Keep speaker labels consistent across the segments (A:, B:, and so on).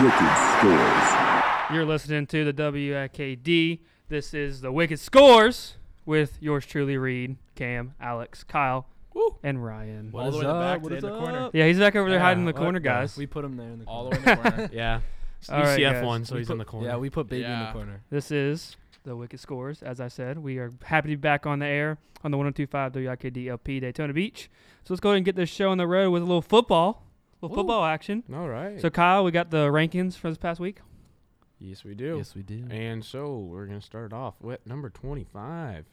A: Wicked Scores.
B: You're listening to the WIKD. This is the Wicked Scores with yours truly, Reed, Cam, Alex, Kyle, and Ryan.
C: All the way in the back to in the corner.
B: Yeah, he's back over there hiding in the
D: Yeah, what-
B: corner, guys.
D: We put him there in the corner.
C: All the way in the corner.
E: Yeah. It's
B: All right,
E: UCF
B: guys.
E: one, so
D: We
E: he's
D: put-
E: in the corner.
D: Yeah, we put baby in
C: Yeah.
D: the corner.
B: This is the Wicked Scores. As I said, we are happy to be back on the air on the 1025 WIKD LP Daytona Beach. So let's go ahead and get this show on the road with a little football, a little
E: Ooh.
B: football action.
E: All right.
B: So, Kyle, we got the rankings for this past week.
E: yes, we do.
D: Yes, we do.
E: And so we're gonna start off with number twenty-five.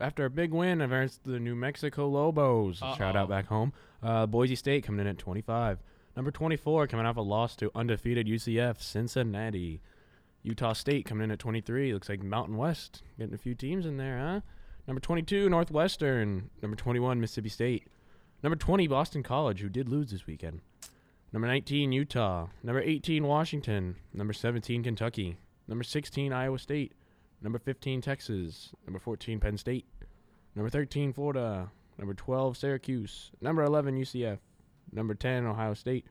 E: After a big win against the New Mexico Lobos, shout
C: Uh-oh.
E: out back home. Uh, Boise State coming in at twenty-five. Number twenty-four coming off a loss to undefeated UCF Cincinnati. Utah State coming in at twenty-three. Looks like Mountain West getting a few teams in there, huh? Number twenty-two Northwestern. Number twenty-one Mississippi State. Number twenty Boston College, who did lose this weekend. Number 19, Utah. Number 18, Washington. Number 17, Kentucky. Number 16, Iowa State. Number 15, Texas. Number 14, Penn State. Number 13, Florida. Number 12, Syracuse. Number 11, UCF. Number 10, Ohio State.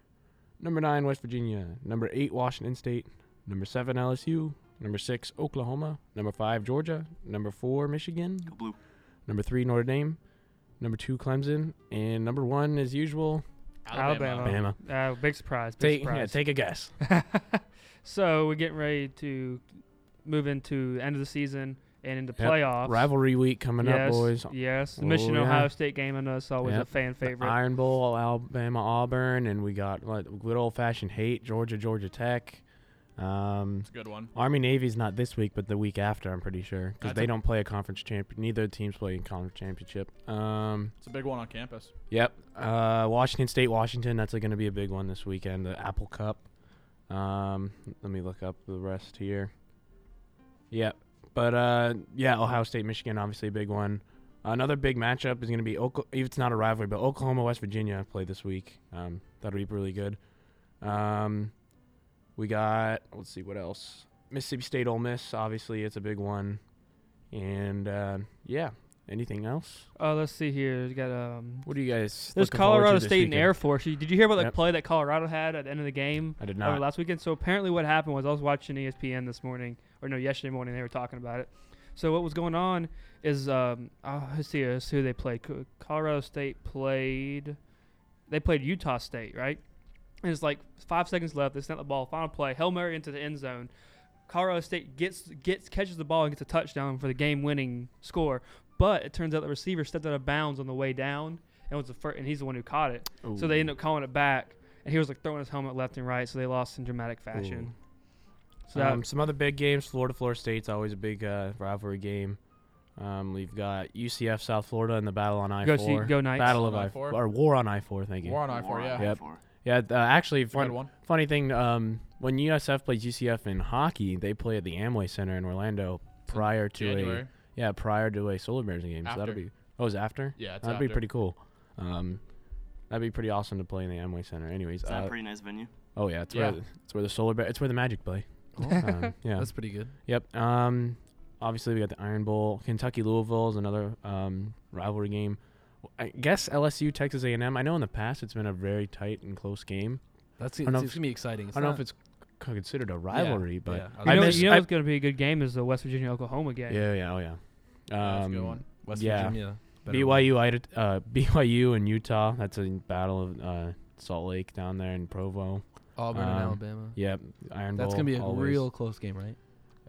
E: Number 9, West Virginia. Number 8, Washington State. Number 7, LSU. Number 6, Oklahoma. Number 5, Georgia. Number 4, Michigan. Number 3, Notre Dame. Number 2, Clemson. And number 1, as usual, Alabama.
B: Uh, big surprise. Big
E: Take, yeah,
B: surprise.
E: take a guess.
B: so, we're getting ready to move into end of the season and into
E: Yep.
B: playoffs.
E: Rivalry week coming up, boys.
B: Yes, the
E: Oh,
B: Michigan
E: yeah.
B: Ohio State game. I know it's always a
E: Yep.
B: fan
E: The
B: favorite.
E: Iron Bowl, Alabama, Auburn, and we got like, good old fashioned hate, Georgia, Georgia Tech. Um,
C: It's a good one.
E: Army Navy's not this week, but the week after, I'm pretty sure, because
C: That's a-
E: they don't play a conference champion. Neither of the teams play a conference championship. Um,
C: It's a big one on campus.
E: yep. Uh, Washington State, Washington. That's going to be a big one this weekend. The Apple Cup. Um, let me look up the rest here. Yep. But uh, yeah, Ohio State, Michigan, obviously a big one. Another big matchup is going to be Oklahoma. It's not a rivalry, but Oklahoma, West Virginia play this week. Um, that'll be really good. Um, we got let's see what else. Mississippi State, Ole Miss, obviously it's a big one. And uh, yeah, anything else?
B: Oh, let's see here. We got um.
E: What do you guys?
B: There's
E: looking forward to
B: Colorado
E: this
B: State and
E: weekend?
B: Air Force. You- Did you hear about the
E: Yep.
B: play that Colorado had at the end of the game
E: I did
B: over
E: not.
B: Oh, last weekend? So apparently, what happened was I was watching E ESPN this morning, or no, yesterday morning. They were talking about it. So what was going on is um. Oh, let's see. Let's see who they played. Co- Colorado State played. They played Utah State, right? And it's like five seconds left. They snap the ball. Final play. Hail Mary into the end zone. Colorado State gets gets catches the ball and gets a touchdown for the game-winning score. But it turns out the receiver stepped out of bounds on the way down, and was the first, and he's the one who caught it. So they end up calling it back, and he was like throwing his helmet left and right. So they lost in dramatic fashion. So that,
E: um, some other big games. Florida, Florida State's always a big uh, rivalry game. Um, we've got UCF, South Florida, and the battle on I
B: Go see-
E: four.
B: go Knights.
E: Battle of
C: On
E: I
C: I-4.
E: four or war on I four. Thank you.
C: War on I four, yeah.
E: Yep. Yeah, th- uh, actually,
C: It's a good
E: fun,
C: one.
E: funny thing. Um, when USF plays UCF in hockey, they play at the Amway Center in Orlando prior to
C: January.
E: a yeah prior to a Solar Bears game. So
C: After.
E: that'll be oh, it was after.
C: Yeah, it's
E: that'd be
C: after.
E: pretty cool. Um, that'd be pretty awesome to play in the Amway Center. Anyways,
F: It's not
E: uh,
F: a pretty nice venue.
E: oh yeah, it's
C: Yeah.
E: where the, it's where the Solar Bear, it's where the Magic play. um, yeah,
D: That's pretty good.
E: Yep. Um, obviously we got the Iron Bowl. Kentucky Louisville is another um, rivalry game. I guess LSU Texas A&M. I know in the past it's been a very tight and close game.
D: That's
E: don't know
D: it's,
E: if-
D: it's gonna be exciting. It's
E: I don't know
D: not-
E: if it's c- considered a rivalry, but
D: yeah.
E: I
B: you know,
E: miss-
B: you know
E: I-
B: it's going to be a good game is the West Virginia Oklahoma game.
E: yeah, yeah, oh yeah.
C: That's a
E: Um,
C: good one.
D: West
E: yeah.
D: Virginia. better one.
E: BYU, Ida- uh, BYU and Utah. That's a battle of uh, Salt Lake down there in Provo.
D: Auburn
E: um,
D: and Alabama.
E: Yep, Iron
D: That's
E: Bowl.
D: gonna be a
E: always.
D: real close game, right?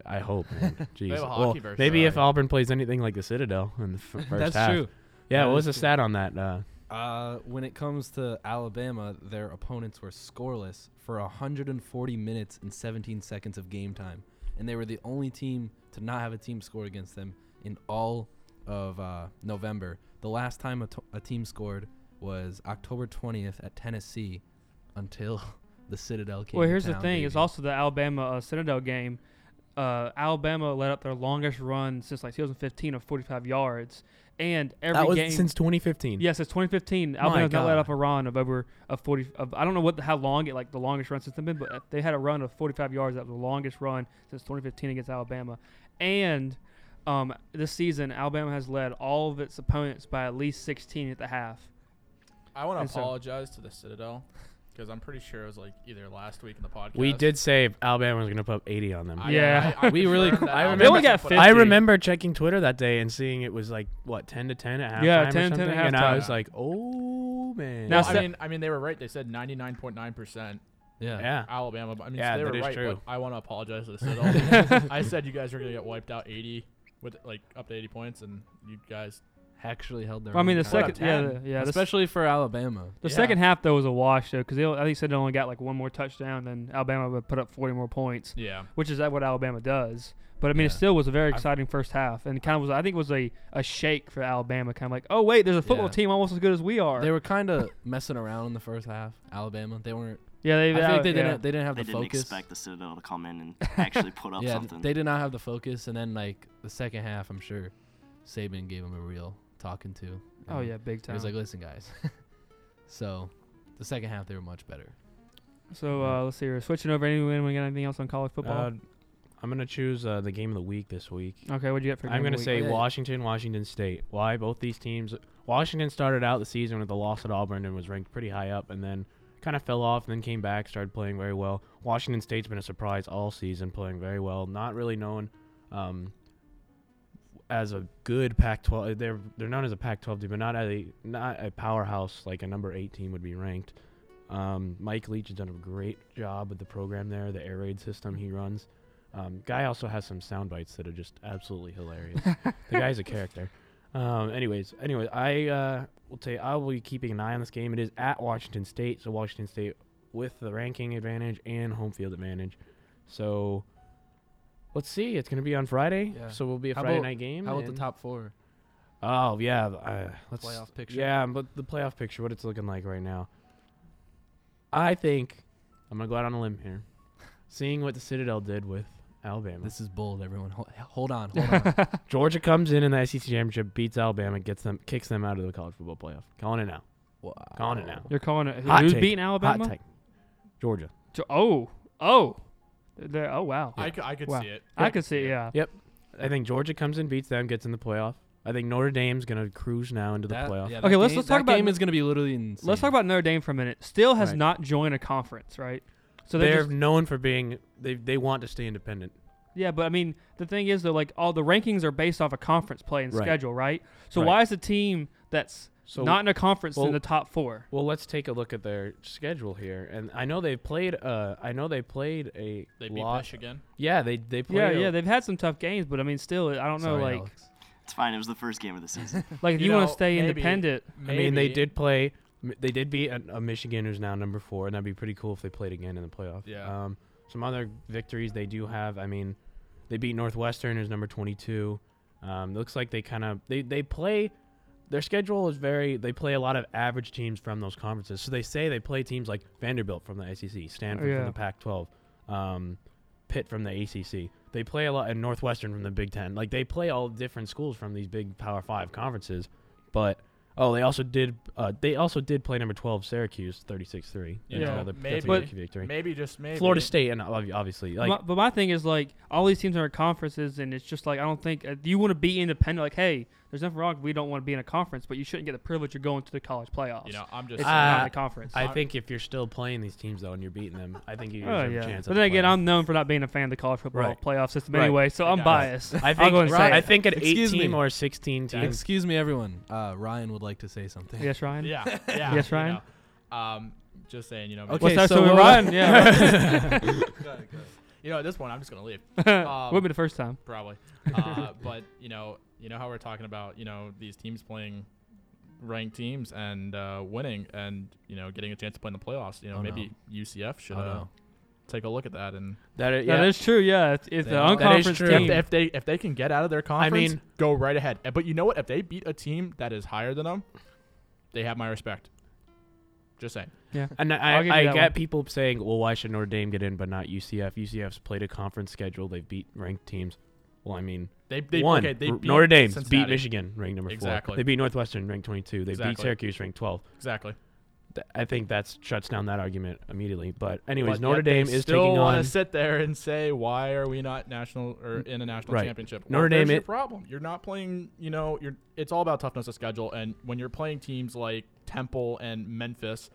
E: I hope. Man. Jeez.
C: have a
E: Well,
C: hockey versus
E: maybe if
C: Iowa.
E: Auburn plays anything like the Citadel in the f- first
D: That's
E: half.
D: true.
E: Yeah,
D: That
E: what was
D: is
E: the
D: true.
E: stat on that? Uh,
D: Uh, when it comes to Alabama, their opponents were scoreless for 140 minutes and 17 seconds of game time, and they were the only team to not have a team score against them in all of uh, November. The last time a, t- a team scored was October 20th at Tennessee, until the Citadel came.
B: Well,
D: to
B: here's the
D: town,
B: thing: it's
D: baby.
B: also the Alabama uh, Citadel game. Uh, Alabama let up their longest run since like 2015 of 45 yards, and every
E: that was
B: game
E: since 2015.
B: Yes, it's 2015. Alabama
E: My
B: has not let
E: God.
B: up a run of over a 40. Of, I don't know what how long it like the longest run since they've been, but uh, they had a run of 45 yards. That was the longest run since 2015 against Alabama. And um, this season, Alabama has led all of its opponents by at least 16 at the half.
C: I want
B: And
C: to
B: so-
C: apologize to the Citadel because I'm pretty sure it was like either last week in the podcast.
E: We did say Alabama was going to put up 80 on them.
C: I-
B: Yeah.
C: I- I
D: We really-
C: confirmed that
E: I
C: Alabama
E: remember- They only
B: got
C: put up-
E: I
B: 50.
E: remember checking Twitter that day and seeing it was like what 10 to 10 at halftime.
B: Yeah,
E: or
B: 10 to 10
E: something,
B: at
E: And I
B: halftime.
E: was like, oh man.
B: Now,
C: Well, I
B: se-
C: mean, I mean, they were right. They said 99.9%
D: Yeah.
E: yeah.
C: Alabama. but I mean, so
E: Yeah,
C: they were
E: that is
C: right.
E: true.
C: But I want to apologize to the Citadel. I said you guys were gonna get wiped out 80 with like up to 80 points, and you guys.
D: Actually held their.
B: Well, I mean,
D: own
B: the
D: kinda.
C: Well,
B: second, yeah,
C: 10.
B: the, yeah, the, s-
D: especially for Alabama.
B: the
C: yeah.
B: second half though was a wash though, because I think said they only got like one more touchdown, then Alabama would put up 40 more points,
C: Yeah.
B: which is that what Alabama does. But I mean, it
D: Yeah.
B: still was a very
E: I-
B: exciting first half, and kind of was I think it was a, a shake for Alabama, kind of like, oh wait, there's a football
D: Yeah.
B: team almost as good as we are.
D: They were kind of messing around in the first half. Alabama, they weren't.
B: yeah, they,
D: I feel like they
B: yeah.
D: didn't. They didn't have
A: They
D: the
A: didn't
D: focus.
A: expect the Citadel to come in and actually put up
D: yeah,
A: something.
D: they did not have the focus, and then like the second half, I'm sure Saban gave him a real talking to.
B: Oh
D: and
B: yeah, big
D: he
B: time.
D: was like, "Listen, guys." so, the second half they were much better.
B: so uh, let's see here. Switching over. Anyone we got anything else on college football?
E: Uh, I'm gonna choose uh, the game of the week this week.
B: okay, what'd you get for?
E: I'm
B: game of
E: gonna
B: the week?
E: say
D: Yeah.
E: Washington, Washington State. Why both these teams? Washington started out the season with a loss at Auburn and was ranked pretty high up, and then kind of fell off, and then came back, started playing very well. Washington State's been a surprise all season, playing very well. Not really known um, as a good Pac-12. They're they're known as a Pac-12 team, but not as a not a powerhouse like a number eight team would be ranked. Um, Mike Leach has done a great job with the program there, the air raid system he runs. Um, guy also has some sound bites that are just absolutely hilarious. the guy's a character. Um, anyways, anyways, I uh, will tell you, I will be keeping an eye on this game. It is at Washington State, so Washington State with the ranking advantage and home field advantage. So let's see. It's going to be on Friday,
D: Yeah.
E: so we'll be a
D: How
E: Friday
D: about-
E: night game.
D: How about the
E: and-
D: top four?
E: Oh yeah, uh, let's
D: Playoff picture.
E: Yeah, but the playoff picture, what it's looking like right now. I think I'm gonna go out on a limb here, seeing what the Citadel did with Alabama.
D: This is bold, everyone. Hold, hold on, hold on.
E: Georgia comes in in the SEC championship, beats Alabama, gets them, kicks them out of the college football playoff. Calling it now.
D: Wow.
E: Calling it now.
B: You're calling it.
E: Hot
B: who's
E: take.
B: beating Oh. Alabama?
E: Hot take. Georgia.
B: Jo- Oh, oh, They're- oh wow.
C: I, cou- I could
B: Wow.
C: see it.
B: I could see. Yeah.
E: I think Georgia comes in, beats them, gets in the playoff. I think Notre Dame's gonna cruise now into the
D: That-
E: playoff.
D: yeah,
B: Okay,
D: that
B: let's-
D: game-
B: let's talk
D: that
B: about-
D: game is going to be literally insane.
B: Let's talk about Notre Dame for a minute. Still has
E: Right.
B: not joined a conference, right? So
E: they're
B: they're just,
E: known for being they they want to stay independent.
B: yeah, but I mean the thing is though, like all the rankings are based off a conference play and
E: Right.
B: schedule, right? So
E: Right.
B: why is a team that's
E: So
B: not in a conference in
E: well-
B: the top four?
E: Well, let's take a look at their schedule here, and I know they've played. Uh, I know they played a
C: They beat
E: lot.
C: Michigan.
E: Yeah, they they played.
B: Yeah,
E: a-
B: yeah, they've had some tough games, but I mean, still, I don't know,
D: Sorry,
B: like,
D: Alex.
A: It's fine. It was the first game of the season.
B: like if you,
C: You
B: want
C: know,
B: to stay
C: maybe-
B: independent,
E: I mean, they
C: Maybe.
E: did play. m- They did beat a, a Michigan who's now number four, and that'd be pretty cool if they played again in the playoff.
C: Yeah.
E: Um, some other victories they do have. I mean, they beat Northwestern who's number twenty-two. Um, looks like they kind of they they play. Their schedule is very. They play a lot of average teams from those conferences. So they say they play teams like Vanderbilt from the SEC, Stanford
B: Yeah.
E: from the Pac-12, um, Pitt from the ACC. They play a lot, and Northwestern from the Big Ten. Like they play all different schools from these big Power Five conferences. But oh, they also did. Uh, they also did play number twelve, Syracuse, thirty-six three.
B: Yeah.
E: another, that's
C: Maybe.
E: another key victory.
C: Maybe just maybe.
E: Florida State and ob- obviously like
B: my, but my thing is like all these teams are in conferences, and it's just like I don't think uh, you want to be independent. Like, hey, there's nothing wrong. if We don't want to be in a conference, but you shouldn't get the privilege of going to the college playoffs.
C: You know, I'm just.
B: it's
E: Uh,
B: not in a conference.
E: I think if you're still playing these teams though and you're beating them, I think you
B: Oh
E: deserve a
B: yeah,
E: chance.
B: but then again, I'm known for not being a fan of the college football
E: Right.
B: playoff system
E: Right.
B: anyway, so I'm
C: Yeah.
B: biased.
E: I
B: I'll
E: think
B: go and say
E: I
B: it.
E: think an
D: Excuse
E: eighteen
D: me.
E: or sixteen team.
D: Excuse me, everyone. Uh, Ryan would like to say something.
B: Yes, Ryan.
C: Yeah. Yeah.
B: Yes,
C: you
B: Ryan?
C: know. Um, just saying, you know.
D: Okay,
B: What's that? So, we
D: so, uh,
B: Ryan, yeah,
C: You know, at this point, I'm just gonna leave.
B: would will be the first time.
C: probably. Uh, but you know, you know how we're talking about you know these teams playing ranked teams and uh, winning and you know getting a chance to play in the playoffs. You know,
D: Oh, no.
C: maybe UCF should
D: Oh,
C: uh,
D: no.
C: take a look at that and
E: That i-
B: That
E: yeah.
B: is true. Yeah, it's, it's
D: They
B: the
D: are.
E: That is
B: unconference
E: true.
B: team.
E: Yeah,
C: if they if they can get out of their
E: I mean-
C: conference, go right ahead. Uh, But you know what? If they beat a team that is higher than them, they have my respect. Just saying.
E: And
B: I'll
E: I,
B: give you
E: I,
B: that
E: get
B: one.
E: people saying, well, why should Notre Dame get in but not UCF? UCF's played a conference schedule. They've beat ranked teams. Well, I mean,
C: They they
E: one.
C: okay. They
E: R-
C: beat
E: Notre Dame beat
C: Cincinnati.
E: Michigan, ranked number
C: Exactly.
E: four. They beat Northwestern, ranked 22. They beat
C: Exactly.
E: Syracuse, ranked 12.
C: Exactly.
E: Th- I think that shuts down that argument immediately. But anyways,
C: But
E: Notre
C: yet they
E: Dame is
C: still
E: taking
C: wanna
E: on.
C: sit there and say, why are we not national or in a national
E: Right.
C: championship?
E: Notre
C: well, there's
E: Dame
C: your
E: it-
C: problem. You're not playing. You know, you're. It's all about toughness of schedule, and when you're playing teams like Temple and Memphis,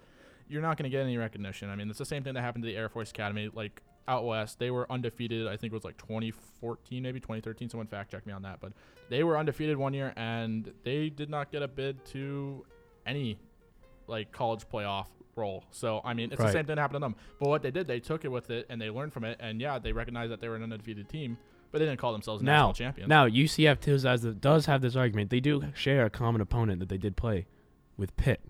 C: you're not going to get any recognition. I mean, it's the same thing that happened to the Air Force Academy. Like out west, they were undefeated. I think it was like 2014, maybe 2013. Someone fact checked me on that, but they were undefeated one year and they did not get a bid to any like college playoff role. So I mean, it's
E: Right.
C: the same thing that happened to them. But what they did, they took it with it and they learned from it. And yeah, they recognized that they were an undefeated team, but they didn't call themselves
E: Now,
C: national champions.
E: now UCF does, has the- does have this argument. They do share a common opponent that they did play with Pitt.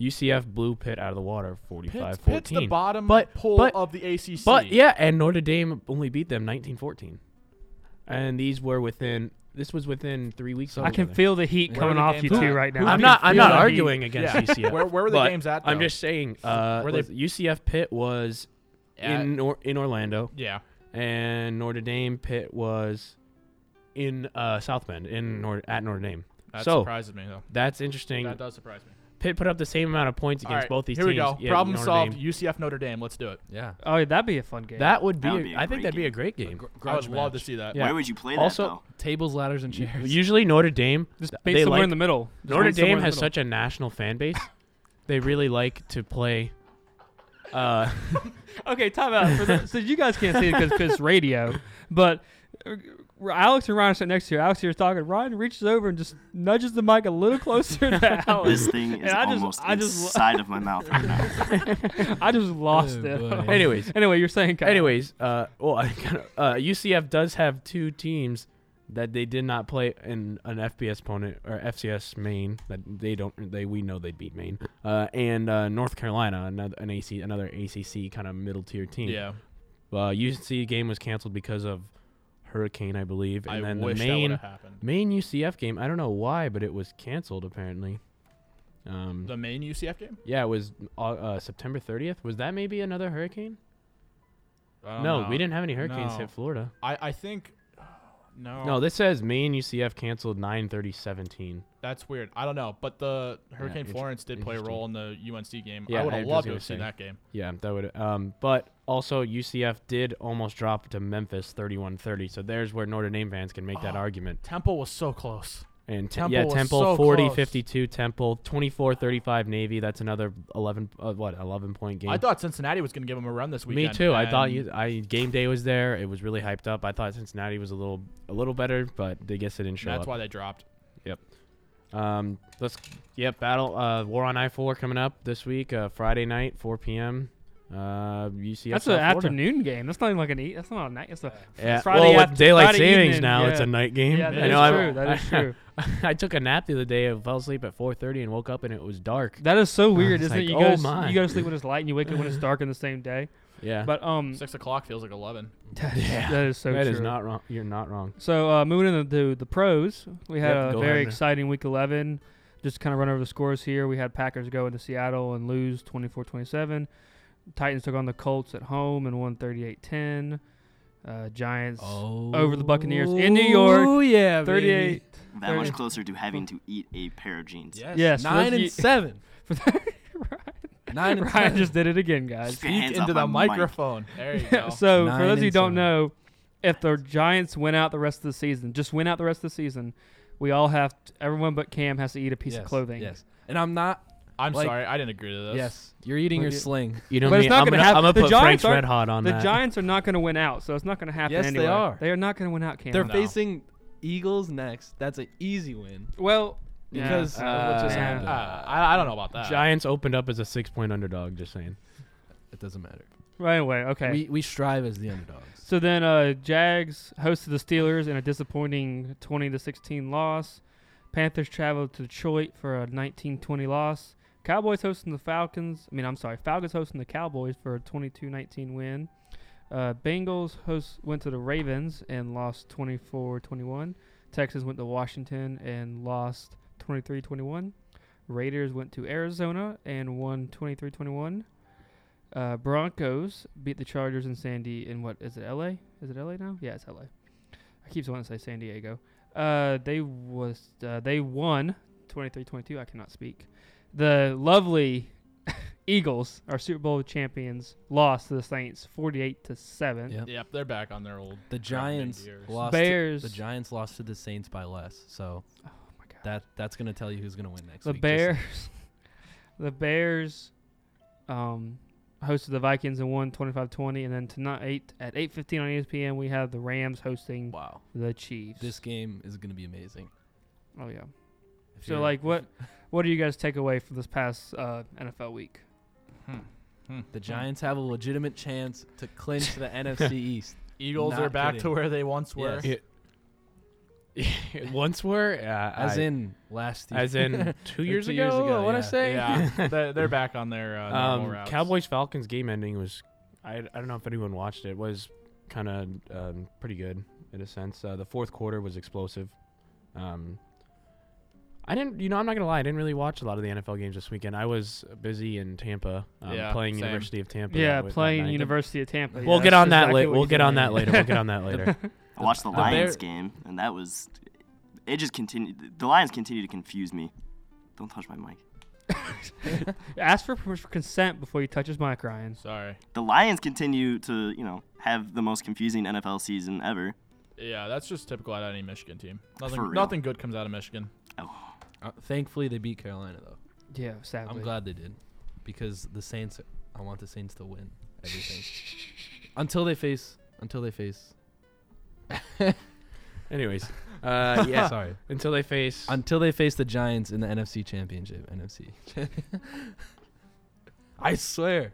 E: UCF blew Pitt out of the water
C: Pitt's,
E: 45
C: Pitt's the
E: 14.
C: bottom
E: But-
C: pole
E: but-
C: of the ACC.
E: But yeah, and Notre Dame only beat them 19 14. And these were within, this was within three weeks of
B: I
E: each
B: can
E: other.
B: feel the heat
C: Where
B: coming
C: the
B: off
C: games
B: you
C: at?
B: two right now.
E: I'm
B: I
E: not.
B: can
E: I'm
B: feel
E: not
B: the heat.
E: arguing against
C: Yeah.
E: UCF.
C: Where- where were the
E: but
C: games at,
E: I'm
C: though?
E: just saying. Uh,
C: Were they-
E: was- UCF Pitt was in or, in Orlando,
C: yeah.
E: and Notre Dame Pitt was in uh, South Bend in Nor- at Notre Dame.
C: That
E: so
C: surprises me though.
E: that's interesting.
C: That does surprise me.
E: Pitt put up the same amount of points against
C: Alright,
E: both these
C: here
E: teams.
C: we go.
E: Yeah,
C: Problem
E: Notre
C: solved.
E: Dame.
C: UCF Notre Dame. Let's do it.
D: Yeah.
B: Oh, yeah, that'd be a fun game.
E: That would
A: That
E: be. I
A: would be a
E: think
A: great
E: that'd be a
A: game.
E: great game.
C: I would love to see that.
E: Yeah.
A: Where would you play
E: Also-
A: that though?
D: Tables, ladders, and chairs.
E: Usually Notre Dame.
B: Just
E: they
B: bait somewhere
E: like-
B: in the middle. Just
E: Notre
B: wait somewhere
E: Dame
B: in the
E: has
B: middle.
E: such a national fan base. They really like to play. Uh,
B: Okay, time out. For the, so you guys can't see it because it's radio, but uh, Alex and Ryan sit next to you. Alex here's talking. Ryan reaches over and just nudges the mic a little closer to
A: This
B: Alex.
A: thing
B: And
A: is
B: I just-
A: almost
B: I just lo-
A: inside of my mouth right now.
B: I just lost
D: Oh,
B: it.
D: boy.
E: anyways,
B: anyway, you're saying Kyle.
E: Anyways, uh, well, I kinda, uh, UCF does have two teams that they did not play in an FBS opponent or FCS Maine that they don't they we know they beat Maine uh, and uh, North Carolina another an AC another ACC kind of middle tier team.
C: Yeah.
E: Uh, UC game was canceled because of hurricane, I believe, and
C: I
E: then
C: wish
E: the
C: that would
E: Maine
C: have happened.
E: Maine UCF game. I don't know why, but it was canceled apparently. Um,
C: The Maine UCF game?
E: yeah, it was uh, uh, September 30th. Was that maybe another hurricane?
C: I don't
E: No,
C: know.
E: we didn't have any hurricanes
C: Oh, No.
E: hit Florida.
C: I, I think. No,
E: No, this says Maine UCF canceled 9:30-17.
C: that's weird. I don't know, but the Hurricane
E: inter-
C: Florence did play a role in the UNC game.
E: Yeah,
C: I would
E: I
C: have
E: was
C: loved to
E: gonna
C: have seen
E: say.
C: that game.
E: Yeah, that would. Um, but also UCF did almost drop to Memphis 31-30. So there's where Notre Dame fans can make that
C: Oh.
E: argument.
C: Temple was so close.
E: And te-
C: Temple
E: yeah,
C: was
E: Temple
C: so
E: 40-52. Temple 24-35 Navy. That's another 11. Uh, what 11 point game?
C: I thought Cincinnati was going to give him a run this weekend.
E: Me too. I thought
C: and
E: you. I game day was there. It was really hyped up. I thought Cincinnati was a little a little better, but they guess they didn't show
C: That's
E: up.
C: why they dropped.
E: Um, let's yep, battle uh, War on I four coming up this week, uh, Friday night, four p.m. Uh, UCF.
B: that's
E: South
B: an
E: Florida.
B: afternoon game. That's not even like an eat. That's not a night. That's a
E: Yeah.
B: Friday
E: well, with
B: after-
E: daylight
B: Friday
E: savings
B: evening,
E: now, it's
B: yeah.
E: a night game.
B: yeah.
E: I
B: That
E: know
B: is
E: I-
B: true. That is true.
E: I took a nap the other day. I fell asleep at four thirty and woke up and it was dark.
B: That is so weird,
E: It's
B: isn't it?
E: like,
B: You
E: oh
B: go, to
E: my.
B: s- you go to sleep when it's light and you wake up when it's dark in the same day.
E: Yeah,
B: But
A: Mm.
B: um,
C: Six o'clock feels like 11.
B: that is, that is so
E: that
B: true.
E: is not wrong. You're not wrong.
B: So uh, moving into the pros, we had
E: Yep,
B: a
E: go
B: very
E: ahead.
B: exciting week 11. Just kind of run over the scores here. We had Packers go into Seattle and lose 24-27. Titans took on the Colts at home and won 38-10. Uh, Giants
D: Oh.
B: over the Buccaneers in New York.
D: Oh yeah,
B: 38.
A: That much
B: Thirty.
A: closer to having to eat a pair of jeans.
D: Yes.
B: Yes,
D: Nine
B: let's
D: and
B: ye-
D: seven.
B: For
D: Nine and
B: Ryan
D: seven.
B: just did it again, guys.
A: Just your hands off
C: into the
A: my mic.
C: microphone. There you go.
B: so
D: Oh, Nine
B: for those who
D: and
B: don't
D: seven.
B: know, if the Giants win out the rest of the season, just win out the rest of the season, we all have t everyone but Cam has to eat a piece
D: yes,
B: of clothing.
D: Yes. And I'm not.
C: I'm
D: Like-
C: sorry. I didn't agree to this.
D: Yes. You're eating
B: Look
D: your
B: at-
D: sling.
E: You know
B: But
E: me.
B: it's not
E: I'm
B: gonna
E: gonna,
B: hap-
E: I'm
B: the
E: gonna put
B: Giants
E: Frank's
B: aren't-
E: Red Hot on
B: The
E: that.
B: Giants are not going to win out, so it's not going to happen
D: Yes, they
B: anyway.
D: are.
B: They are not going to win out, Cam.
D: They're
C: No.
D: facing Eagles next. That's an easy win.
B: well, yeah. Ah.
D: Because of what just
E: Uh,
D: happened.
C: Uh, I, I don't know about that.
E: Giants opened up as a six point underdog. Just saying.
D: It doesn't matter.
B: Right away, okay.
D: We, we strive as the underdogs.
B: so then, uh, Jags hosted the Steelers in a disappointing 20 to 16 loss. Panthers traveled to Detroit for a 19-20 loss. Cowboys hosting the Falcons. I mean, I'm sorry, Falcons hosting the Cowboys for a 22-19 win. Uh, Bengals host went to the Ravens and lost 24-21. Texas went to Washington and lost 23-21. Raiders went to Arizona and won 23-21. Uh, Broncos beat the Chargers in Sandy in what is it LA? Is it LA now? Yeah, it's LA. I keep wanting to say San Diego. Uh, they was uh, they won 23-22. I cannot speak. The lovely Eagles, our Super Bowl champions, lost to the Saints 48 to 7.
D: Yep.
C: Yep, they're back on their old.
D: The Giants lost.
B: Bears.
D: To, the Giants lost to the Saints by less. So
B: Oh my god.
D: that that's gonna tell you who's gonna win next.
B: the
D: week, just-
B: Bears. the Bears um, hosted the Vikings and won 25-20. And then tonight at 8.15 on E ESPN, we have the Rams hosting
D: Wow.
B: the Chiefs.
D: This game is going to be amazing.
B: oh, yeah.
D: If
B: So,
D: you're-
B: like, what what do you guys take away from this past uh, NFL week?
D: The Giants have a legitimate chance to clinch the NFC East.
C: Eagles
D: Not
C: are back to
D: kidding.
C: where they once were.
D: Yes.
E: Once were uh,
D: As
E: I-
D: in last year.
E: as in two years
D: Two
E: ago.
D: years ago,
E: I want to
D: yeah.
E: say.
C: Yeah, they're, they're back on their uh, normal
E: um,
C: routes.
E: Cowboys Falcons game ending was, I, I don't know if anyone watched it. Was kind of um, pretty good in a sense. Uh, the fourth quarter was explosive. Um, I didn't, you know, I'm not gonna lie. I didn't really watch a lot of the NFL games this weekend. I was busy in Tampa um,
C: Yeah,
E: playing
C: same.
E: University of Tampa.
B: yeah,
E: that wa- that
B: playing
E: night.
B: University of Tampa.
E: We'll
B: yeah,
E: get
B: that's
E: on that
B: exactly
E: later.
B: what
E: We'll
B: you
E: get
B: did.
E: on that later. We'll get on that later.
A: I watched the
C: the Bear-
A: Lions game, and that was it. Just continued. The Lions continue to confuse me. Don't touch my mic.
B: Ask for per- consent before you touch his mic, Ryan.
C: Sorry.
A: The Lions continue to, you know, have the most confusing NFL season ever.
C: Yeah, that's just typical out of any Michigan team.
A: For
C: Nothing,
A: real.
C: nothing good comes out of Michigan.
D: Uh, thankfully, they beat Carolina, though.
B: Yeah, sadly.
D: I'm glad they did. Because the Saints, I want the Saints to win everything. until they face. Until they face.
E: Anyways, uh, yeah.
D: Sorry.
E: Until they face.
D: Until they face the Giants in the NFC Championship. NFC. I swear.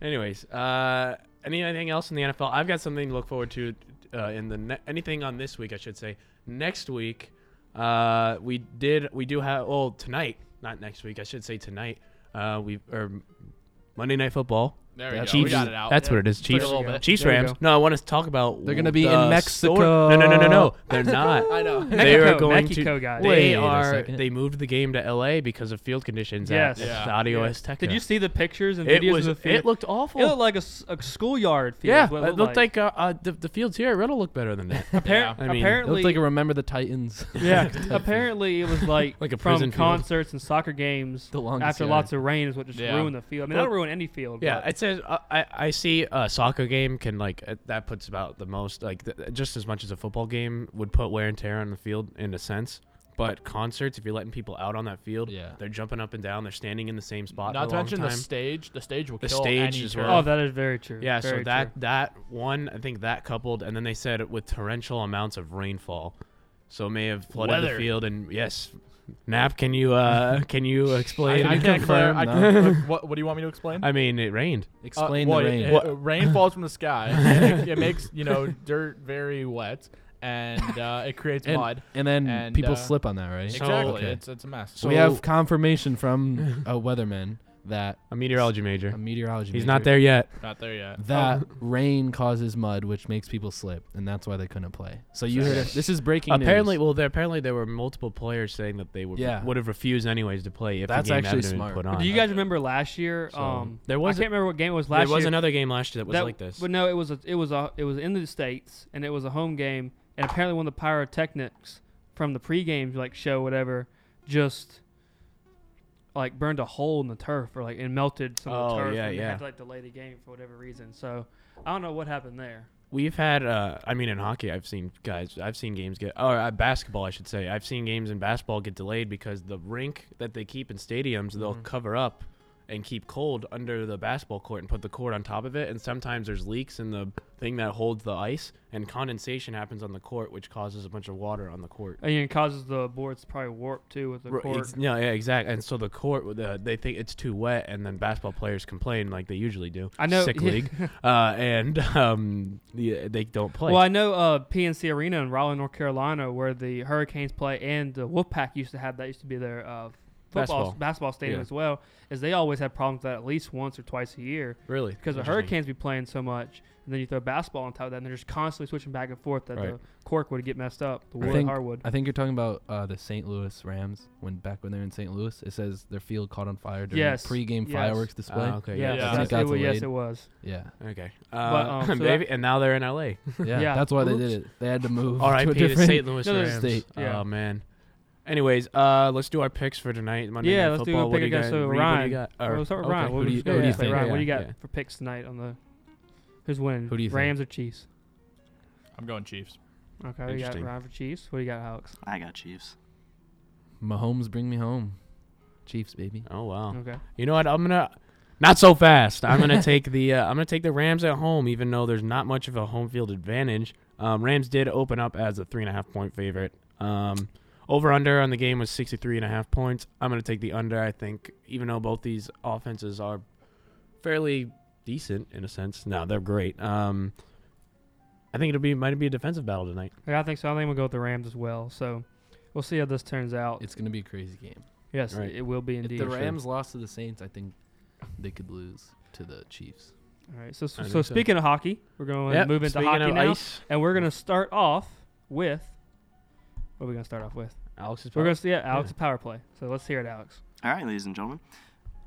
E: Anyways, uh, any- anything else in the NFL? I've got something to look forward to uh, in the ne- anything on this week, I should say. Next week, uh, we did we do have well tonight, not next week. I should say tonight. Uh, we or Monday Night Football.
C: There we go.
E: Chiefs.
C: We got it out.
E: That's what it is. Chiefs.
C: a little bit.
E: Chiefs
B: There you
E: Rams.
B: go.
E: No, I want to talk about.
D: They're gonna be
E: the
D: in Mexico.
E: sort- No, no, no, no, no. They're not.
D: I know.
E: They are
B: Mexico,
E: going
B: Mexico,
E: to.
B: guys.
E: They
D: Wait a
E: are.
D: second.
E: They moved the game to L.A. because of field conditions
B: Yes.
E: at
C: Yeah.
E: Audio
B: Yeah.
E: Azteca.
B: Did you see the pictures and
E: It
B: videos
E: was.
B: of the field?
E: It looked awful.
B: It looked like a, s- a schoolyard field.
E: Yeah,
B: is what
E: it looked like, uh, uh, the, the fields here at Riddle look better than that.
B: Appar-
E: I mean,
D: It
B: apparently,
D: looked like a Remember the Titans.
E: yeah,
B: apparently it was like,
E: Like a
B: from
E: prison field.
B: concerts and soccer games
D: The longest
B: after
D: yard.
B: lots of rain is what just
C: Yeah.
B: ruined the field. I mean,
E: Well-
B: that'll ruin any field.
E: yeah.
B: but-
E: It says uh, I I see a soccer game can like uh, that puts about the most like th- uh, just as much as a football game would put wear and tear on the field in a sense. But concerts, if you're letting people out on that field,
D: Yeah.
E: they're jumping up and down, they're standing in the same spot. for
C: Not
E: a
C: to
E: long
C: mention the
E: time.
C: stage. The stage will
E: The
C: kill
E: stage
C: any
E: as
C: turf.
E: well.
B: Oh, that is very true.
E: Yeah,
B: Very
E: so that
B: true.
E: that one, I think that coupled, and then they said with torrential amounts of rainfall, so may have flooded
C: Weather.
E: the field. And yes, Nap, can you uh can you explain?
C: Oh, I, I can't
D: confirm,
C: confirm. I
D: no.
C: can, what, what do you want me to explain?
E: I mean, it rained.
C: Uh,
D: Explain
C: well,
D: the
C: it-
D: rain.
C: It,
E: What-
C: rain falls from the sky. and it, it makes you know dirt very wet, and uh, it creates
D: and,
C: mud.
D: and then
C: and,
D: people
C: uh,
D: slip on that, right?
E: So-
C: exactly.
D: okay.
C: It's it's a mess.
E: So-
D: we have confirmation from a weatherman that
E: A meteorology major.
D: a meteorology.
E: He's
D: major,
E: not there yet.
C: Not there
B: Oh.
C: yet. Oh,
D: That rain causes mud, which makes people slip, and that's why they couldn't play. So you heard it. This is breaking news.
E: Apparently, well, there apparently there were multiple players saying that they would
D: Yeah.
E: would have refused anyways to play if
D: That's
E: the game
D: actually
E: hadn't been
D: smart.
E: put on.
B: Do you guys remember last year?
E: So,
B: um,
E: there was
B: I
E: a-
B: can't remember what game it was last
E: there was
B: year.
E: another game last year that was like this.
B: But no, it was a, it was a, it was in the states, and it was a home game, and apparently one of the pyrotechnics from the pregame like show whatever, just like burned a hole in the turf or like and melted some of
E: Oh,
B: the turf,
E: yeah,
B: and they
E: yeah.
B: had to like delay the game for whatever reason. So I don't know what happened there.
E: We've had, uh, I mean, in hockey, I've seen guys, I've seen games get, or uh, basketball, I should say, I've seen games in basketball get delayed because the rink that they keep in stadiums, they'll cover up and keep cold under the basketball court and put the court on top of it. And sometimes there's leaks in the thing that holds the ice, and condensation happens on the court, which causes a bunch of water on the court.
B: And it causes the boards to probably warp too with the
E: Ro-
B: court.
E: ex- yeah, yeah, exactly. And so the court, uh, they think it's too wet, and then basketball players complain like they usually do.
B: I know-
E: sick
B: yeah.
E: league, uh, and um, the, they don't play.
B: Well, I know uh, PNC Arena in Raleigh, North Carolina, where the Hurricanes play, and the Wolfpack used to have that. Used to be their uh, football
E: Basketball.
B: basketball, stadium
E: Yeah.
B: as well. Is they always have problems with that at least once or twice a year
E: really,
B: because the
E: Interesting.
B: Hurricanes be playing so much, and then you throw basketball on top of that, and they're just constantly switching back and forth that
E: Right.
B: the cork would get messed up, the
D: I
B: wood,
D: think,
B: hardwood.
D: I think you're talking about uh, the St. Louis Rams when back when they're in St. Louis. It says their field caught on fire during
B: Yes,
D: a pregame
B: yes.
D: fireworks display.
A: Oh.
E: Ah, okay,
B: yeah,
E: yeah.
C: Yeah.
B: that's-
D: I think
B: it wa-
D: that's
B: yes,
D: delayed.
B: it was.
D: Yeah,
E: Okay.
B: um, so
E: maybe, and now they're in LA.
D: yeah,
B: Yeah.
D: That's why they
B: Oops.
D: did it. They had to move. to a
E: RIP to
D: different-
E: St. Louis
B: Another
E: Rams.
D: state.
B: Yeah.
E: Oh man. Anyways, uh, let's do our picks for tonight. Monday
B: Yeah,
E: Night
B: let's do
E: Football.
B: a
E: what
B: pick
E: do you
B: against
E: got?
B: uh,
E: Reed, What do
B: Ryan.
E: you got?
B: Or,
E: Or-
B: we'll start with
E: okay.
B: Ryan. We'll
D: Who do
B: just
D: you-
B: go
D: who do you
B: with
D: think?
B: Ryan.
E: Yeah,
B: What do you got
E: yeah.
B: for picks tonight on the who's winning?
D: Who do you think?
B: Rams or Chiefs?
C: I'm going Chiefs.
B: Okay, we got
E: Interesting.
B: Ryan for Chiefs. What do you got, Alex?
A: I got Chiefs.
D: Mahomes, bring me home. Chiefs, baby.
E: Oh wow.
B: Okay.
E: You know what? I'm gonna. Not so fast. I'm gonna take the uh, I'm gonna take the Rams at home, even though there's not much of a home field advantage. Um, Rams did open up as a three and a half point favorite. Um, over under on the game was 63 and a half points. I'm gonna take the under. I think even though both these offenses are fairly decent in a sense, no, they're great. Um, I think it'll be might be a defensive battle tonight.
B: Yeah, I think so. I think we'll go with the Rams as well. So we'll see how this turns out.
D: It's gonna be a crazy game.
B: yes,
E: Right.
B: it will be
D: if
B: indeed.
D: the Rams lost to the Saints, I think they could lose to the Chiefs.
B: All right. So so,
E: I
B: so
E: think so.
B: speaking of hockey, we're going to move into
E: speaking
B: hockey
E: of
B: now,
E: ice,
B: and we're going to start off with. What are we going to start off with?
E: Alex is
B: We're
E: probably-
B: going to see yeah, Alex power play. So let's hear it, Alex.
A: All right, ladies and gentlemen.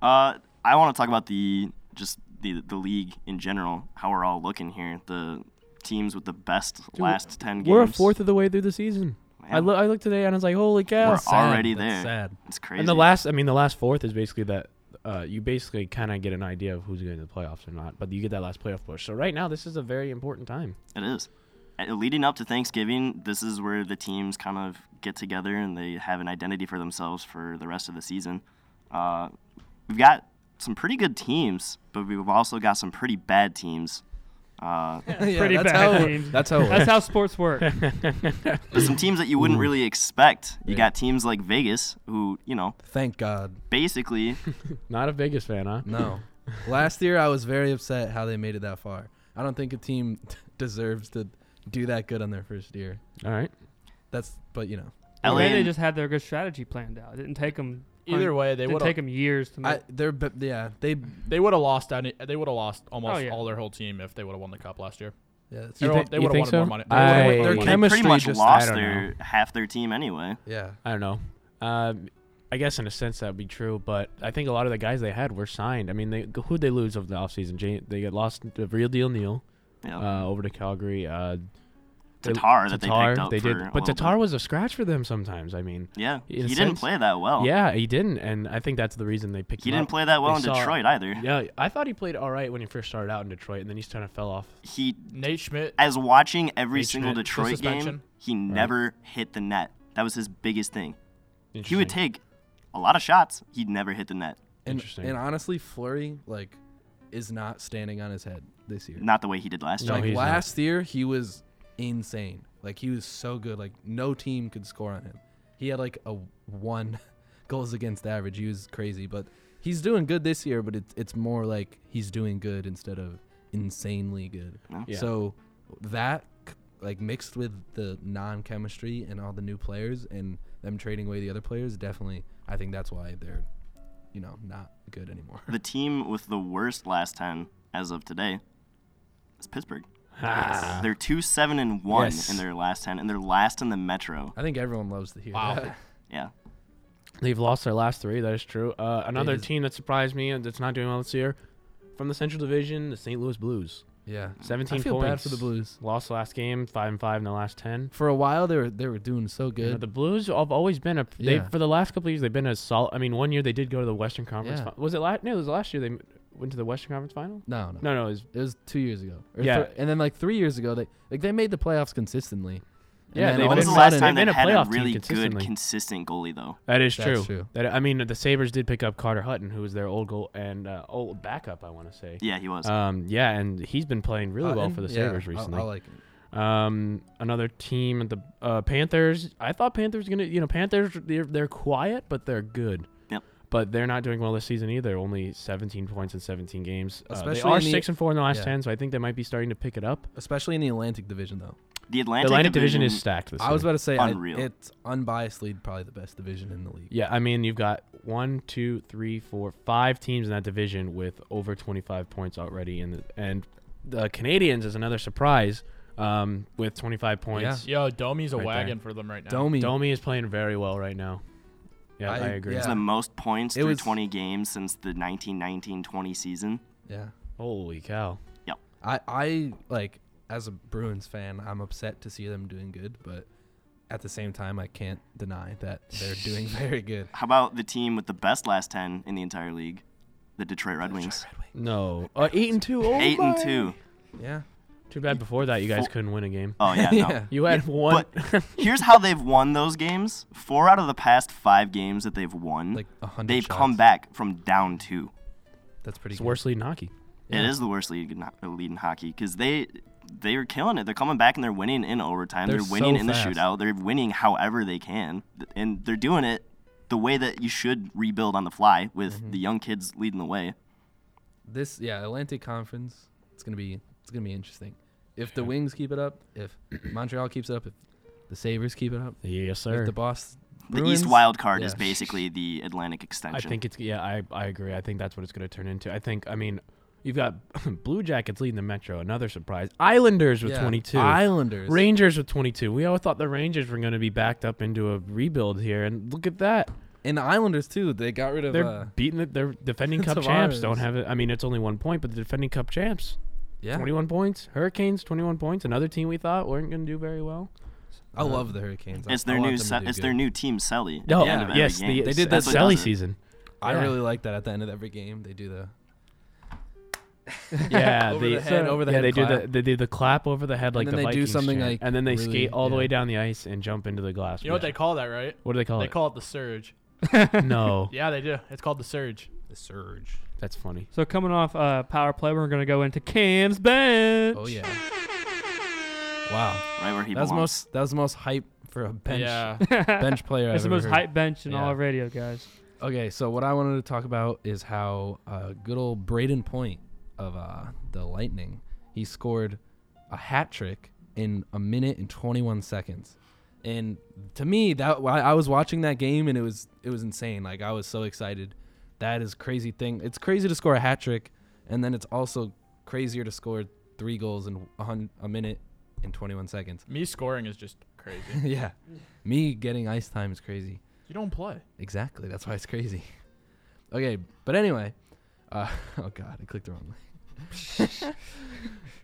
A: Uh, I want to talk about the just the the league in general. How we're all looking here. The teams with the best
E: Dude,
A: last ten games.
E: We're a fourth of the way through the season.
A: Man,
E: I, look. I looked today and I was like, holy cow.
A: We're already there.
D: That's Sad.
A: it's crazy.
E: And the last, I mean, the last fourth is basically that uh, you basically kind of get an idea of who's going to the playoffs or not, but you get that last playoff push. So right now, this is a very important time.
A: It is. Uh, Leading up to Thanksgiving, this is where the teams kind of get together and they have an identity for themselves for the rest of the season. Uh, we've got some pretty good teams, but we've also got some pretty bad teams. Uh,
D: Yeah,
B: Pretty
D: that's
B: bad
D: How,
B: teams.
D: that's how. it
B: That's
D: works.
B: how sports work.
A: but some teams that you wouldn't really expect. You
D: Yeah.
A: got teams like Vegas, who, you know,
D: Thank God.
A: basically,
E: Not a Vegas fan, huh?
A: Mm.
D: No. Last year, I was very upset how they made it that far. I don't think a team deserves to do that good on their first year.
E: All right.
D: That's, but you know,
B: LA,
A: LA
B: they
A: and-
B: just had their good strategy planned out. It didn't take them.
C: Either way, they
B: didn't
C: would
B: take
C: have
B: them years to make.
D: I they're but yeah they
C: they would have lost any, they would have lost almost
B: Oh, yeah.
C: all their whole team if they would have won the cup last year.
D: yeah that's
C: They
D: true.
C: would've- they
E: you
C: would
E: think
C: have wanted
E: so?
C: more money. They
E: I-
C: would've wanted more
D: Their
C: money.
A: they pretty
D: chemistry
A: much
D: just-
A: lost
E: I don't
A: their half their team anyway.
D: yeah
E: I don't know. Um, I guess in a sense that would be true, but I think a lot of the guys they had were signed. I mean, they who'd they lose over the offseason? Ja- They got lost the real deal Neal
A: Yeah.
E: uh, over to Calgary. Uh, they-
A: Oh. Tatar that they picked up for
E: did,
A: a
E: but
A: little
E: Tatar
A: bit.
E: was a scratch for them sometimes. I mean,
A: yeah,
E: in
A: he
E: a
A: didn't
E: sense-
A: play that well.
E: yeah, he didn't, and I think that's the reason they picked
A: he
E: him
A: didn't
E: up.
A: play that well
E: They
A: in
E: saw-
A: Detroit either.
E: Yeah, I thought he played all right when he first started out in Detroit, and then he's kind of fell off.
A: He
C: Nate Schmidt
A: as watching every
E: Nate
A: single
E: Schmidt, the
A: Detroit game,
C: suspension.
A: he never hit the net. That was his biggest thing. He
E: Interesting.
A: would take a lot of shots. He'd never hit the net.
D: and
E: Interesting.
D: and honestly Flurry like is not standing on his head this year.
A: Not the way he did last
E: No,
A: year.
D: like
E: he's not.
D: last year he was insane. Like he was so good. Like no team could score on him. He had like a one goals against average. He was crazy, but he's doing good this year. But it's it's more like he's doing good instead of insanely good.
A: No?
E: Yeah.
D: So that c- like mixed with the non chemistry and all the new players and them trading away the other players, definitely I think that's why they're you know not good anymore.
A: The team with the worst last ten as of today is Pittsburgh.
E: Ah.
A: They're two seven and one
E: Yes.
A: in their last ten, and they're last in the Metro.
D: I think everyone loves to hear
C: Wow.
D: that.
A: Yeah,
E: They've lost their last three. That is true. Uh, another
D: just-
E: team that surprised me and that's not doing well this year, from the Central Division, the St. Louis Blues.
D: Yeah.
E: Seventeen
D: I feel
E: points.
D: bad for the Blues.
E: Lost last game, five and five in the last ten.
D: For a while they were they were doing so
E: You know,
D: good.
E: the Blues have always been a. They
D: Yeah.
E: for the last couple of years they've been a solid. I mean, one year they did go to the Western Conference.
D: Yeah.
E: Fi- was it last? No, it was last year they m- went to the Western Conference Final.
D: No, no,
E: No, no, it was
D: It was two years ago. Or
E: Yeah.
D: thr- and then like three years ago they like they made the playoffs consistently. And
E: Yeah,
D: then
E: they've
D: all
A: when
D: of
A: was
D: a
E: been-
A: the last
E: they've
A: time
E: been
A: they
E: a
A: had
E: playoff
A: a
E: team
A: really good,
E: consistently.
A: consistent goalie though?
E: That is true.
D: That's true.
E: That I mean, the Sabers did pick up Carter Hutton, who was their old goal and uh, old backup. I want to say.
A: Yeah, he was.
E: Um, yeah, and he's been playing really
D: Uh,
E: well
D: and-
E: for the
D: yeah,
E: Sabers
D: I-
E: recently.
D: I, like it.
E: Um, another team, the uh, Panthers. I thought Panthers gonna, you know, Panthers. They're they're quiet, but they're good.
A: Yep.
E: But they're not doing well this season either. Only 17 points in 17 games. Uh, they
D: Especially
E: are
D: in the-
E: six and four in the last
D: yeah.
E: 10, so I think they might be starting to pick it up.
D: Especially in the Atlantic division though.
A: the
E: The
A: Atlantic,
E: Atlantic Division is stacked this
D: I was
E: year.
D: about to say I-
A: Unreal.
D: it's unbiasedly probably the best division in the league.
E: Yeah, I mean, you've got one, two, three, four, five teams in that division with over 25 points already, and and the Canadians is another surprise um, with 25 points.
C: Yo, Domi's a
E: Right there.
C: wagon for them right now.
D: Domi,
E: Domi is playing very well right now. Yeah, I,
D: I-
E: agree.
A: It's
D: yeah.
A: the most points
D: It
A: through
D: was-
A: 20 games since the 1919-20 season.
D: Yeah.
E: Holy cow.
D: I I like as a Bruins fan, I'm upset to see them doing good, but at the same time, I can't deny that they're doing very good.
A: How about the team with the best last 10 in the entire league? The Detroit Red Wings.
E: No, uh, eight and two. Oh
A: Eight and
E: my.
A: two.
D: Yeah.
E: Too bad before that you guys
A: Four-
E: couldn't win a game.
A: Oh, yeah, no.
D: Yeah.
E: You had one.
A: Here's how they've won those games. Four out of the past five games that they've won,
D: Like a hundred.
A: they've
D: shots.
A: come back from down two.
D: That's pretty
E: It's
D: good.
E: the worst lead in hockey.
D: Yeah.
A: It is the worst league in, ho- lead in hockey because they they are killing it. They're coming back and they're winning in overtime.
D: They're
A: They're, winning
D: so
A: in the
D: fast.
A: shootout. They're winning however they can, Th- and they're doing it the way that you should rebuild on the fly with
D: Mm-hmm.
A: the young kids leading the way.
D: This yeah, Atlantic Conference. It's gonna be it's gonna be interesting. If the Wings keep it up, if Montreal keeps it up, if the Sabres keep it up,
E: Yes,
D: if the Boston
A: the East Wild Card is
D: yeah.
A: basically the Atlantic
E: I
A: extension.
E: think it's yeah. I I agree. I think that's what it's going to turn into. I think. I mean, you've got Blue Jackets leading the Metro. Another surprise. Islanders with
D: Yeah,
E: 22.
D: Islanders.
E: Rangers with 22. We all thought the Rangers were going to be backed up into a rebuild here, and look at that.
D: and the Islanders too. They got rid of
E: They're
D: uh,
E: beating the they're defending cup
D: Tavares.
E: champs. Don't have it. I mean, it's only one point, but the defending cup champs,
D: yeah.
E: 21 points. Hurricanes, 21 points. Another team we thought weren't going to do very well.
D: I love the Hurricanes. I-
A: it's
D: I
A: their
D: want
A: new
D: them to
A: se-
D: do
A: it's
D: good.
A: their new team, Selly. at
E: No,
A: the end of every
E: Oh, yes, the,
A: game.
E: they
D: They did
E: did that
D: that
A: That's what
E: Selly
A: does it.
E: season.
D: I
E: yeah.
D: really like that at the end of every game. They do the
E: Yeah,
D: Over
E: they,
D: the head, over the
E: yeah,
D: head
E: they do the
D: clap.
E: they do the clap over the head like
D: then
E: the
D: they do
E: Vikings
D: something,
E: chant.
D: like,
E: and then they
D: really-
E: skate all the
D: yeah.
E: way down the ice and jump into the glass.
C: You know what
E: Yeah.
C: they call that, right?
E: what do they call
C: They
E: it?
C: call it the surge.
E: no,
C: Yeah, they do. It's called the surge.
D: the surge.
E: that's funny.
B: So coming off uh, power play, we're gonna go into Cam's bench.
D: Oh yeah. Wow.
A: right where he
D: That was
A: belongs.
D: most that was the most hype for a bench
C: Yeah.
D: bench player I've
B: it's the
D: ever
B: most
D: heard.
B: hype bench in all
D: Yeah.
B: of radio, guys.
D: Okay, so what I wanted to talk about is how uh, good old Braden Point of uh, the Lightning, he scored a hat trick in a minute and 21 seconds. And to me, that I, I was watching that game and it was it was insane. Like I was so excited. That is crazy thing. It's crazy to score a hat trick, and then it's also crazier to score three goals in a, hun- a minute and 21 seconds.
C: Me scoring is just crazy.
D: yeah, me getting ice time is crazy.
C: You don't play.
D: Exactly. That's why it's crazy. Okay, but anyway, uh, oh god, I clicked the wrong. link.
E: Come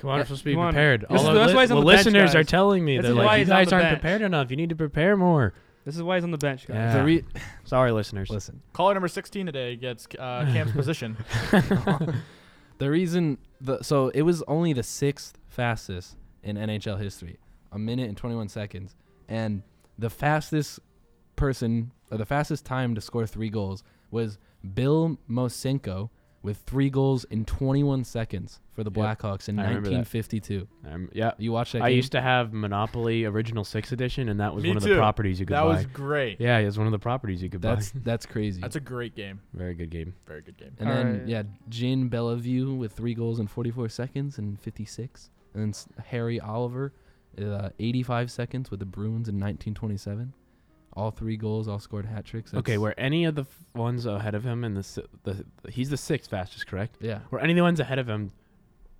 E: on,
D: Yeah,
E: we're supposed to be
B: come on.
E: prepared.
B: This
E: All
B: is-
E: our
B: that's why he's on
E: well,
B: the bench,
E: listeners are
B: guys.
E: telling me
B: This
E: they're
B: is
E: like,
B: why
E: you
B: he's on
E: guys
B: the
E: aren't
B: bench."
E: prepared enough. You need to prepare more.
B: This is why he's on the bench, guys.
E: Yeah.
D: The re-
E: Sorry, listeners.
D: listen,
C: Caller number 16 today gets uh, Cam's position.
D: the reason the so it was only the sixth fastest in NHL history, a minute and 21 seconds, and the fastest person or the fastest time to score three goals was Bill Mosenko with three goals in 21 seconds for the
E: Yep,
D: Blackhawks in
E: I remember that.
D: 1952.
E: Um, yeah,
D: You watched that?
E: I
D: game?
E: used to have Monopoly Original Six Edition, and that was
C: Me
E: one of
C: too.
E: the properties you could
C: That
E: buy.
C: was great.
E: yeah, it was one of the properties you could
D: That's
E: buy.
D: that's crazy.
C: That's a great game.
E: Very good game.
C: Very good game.
D: And
B: All
D: then
B: right.
D: yeah, Jane Bellevue with three goals in 44 seconds and 56, and then s- Harry Oliver, uh, 85 seconds with the Bruins in 1927. All three goals, all scored hat tricks.
E: Okay,
D: That's-
E: were any of the f- ones ahead of him in the, si- the he's the sixth fastest, correct?
D: yeah,
E: Were any of the ones ahead of him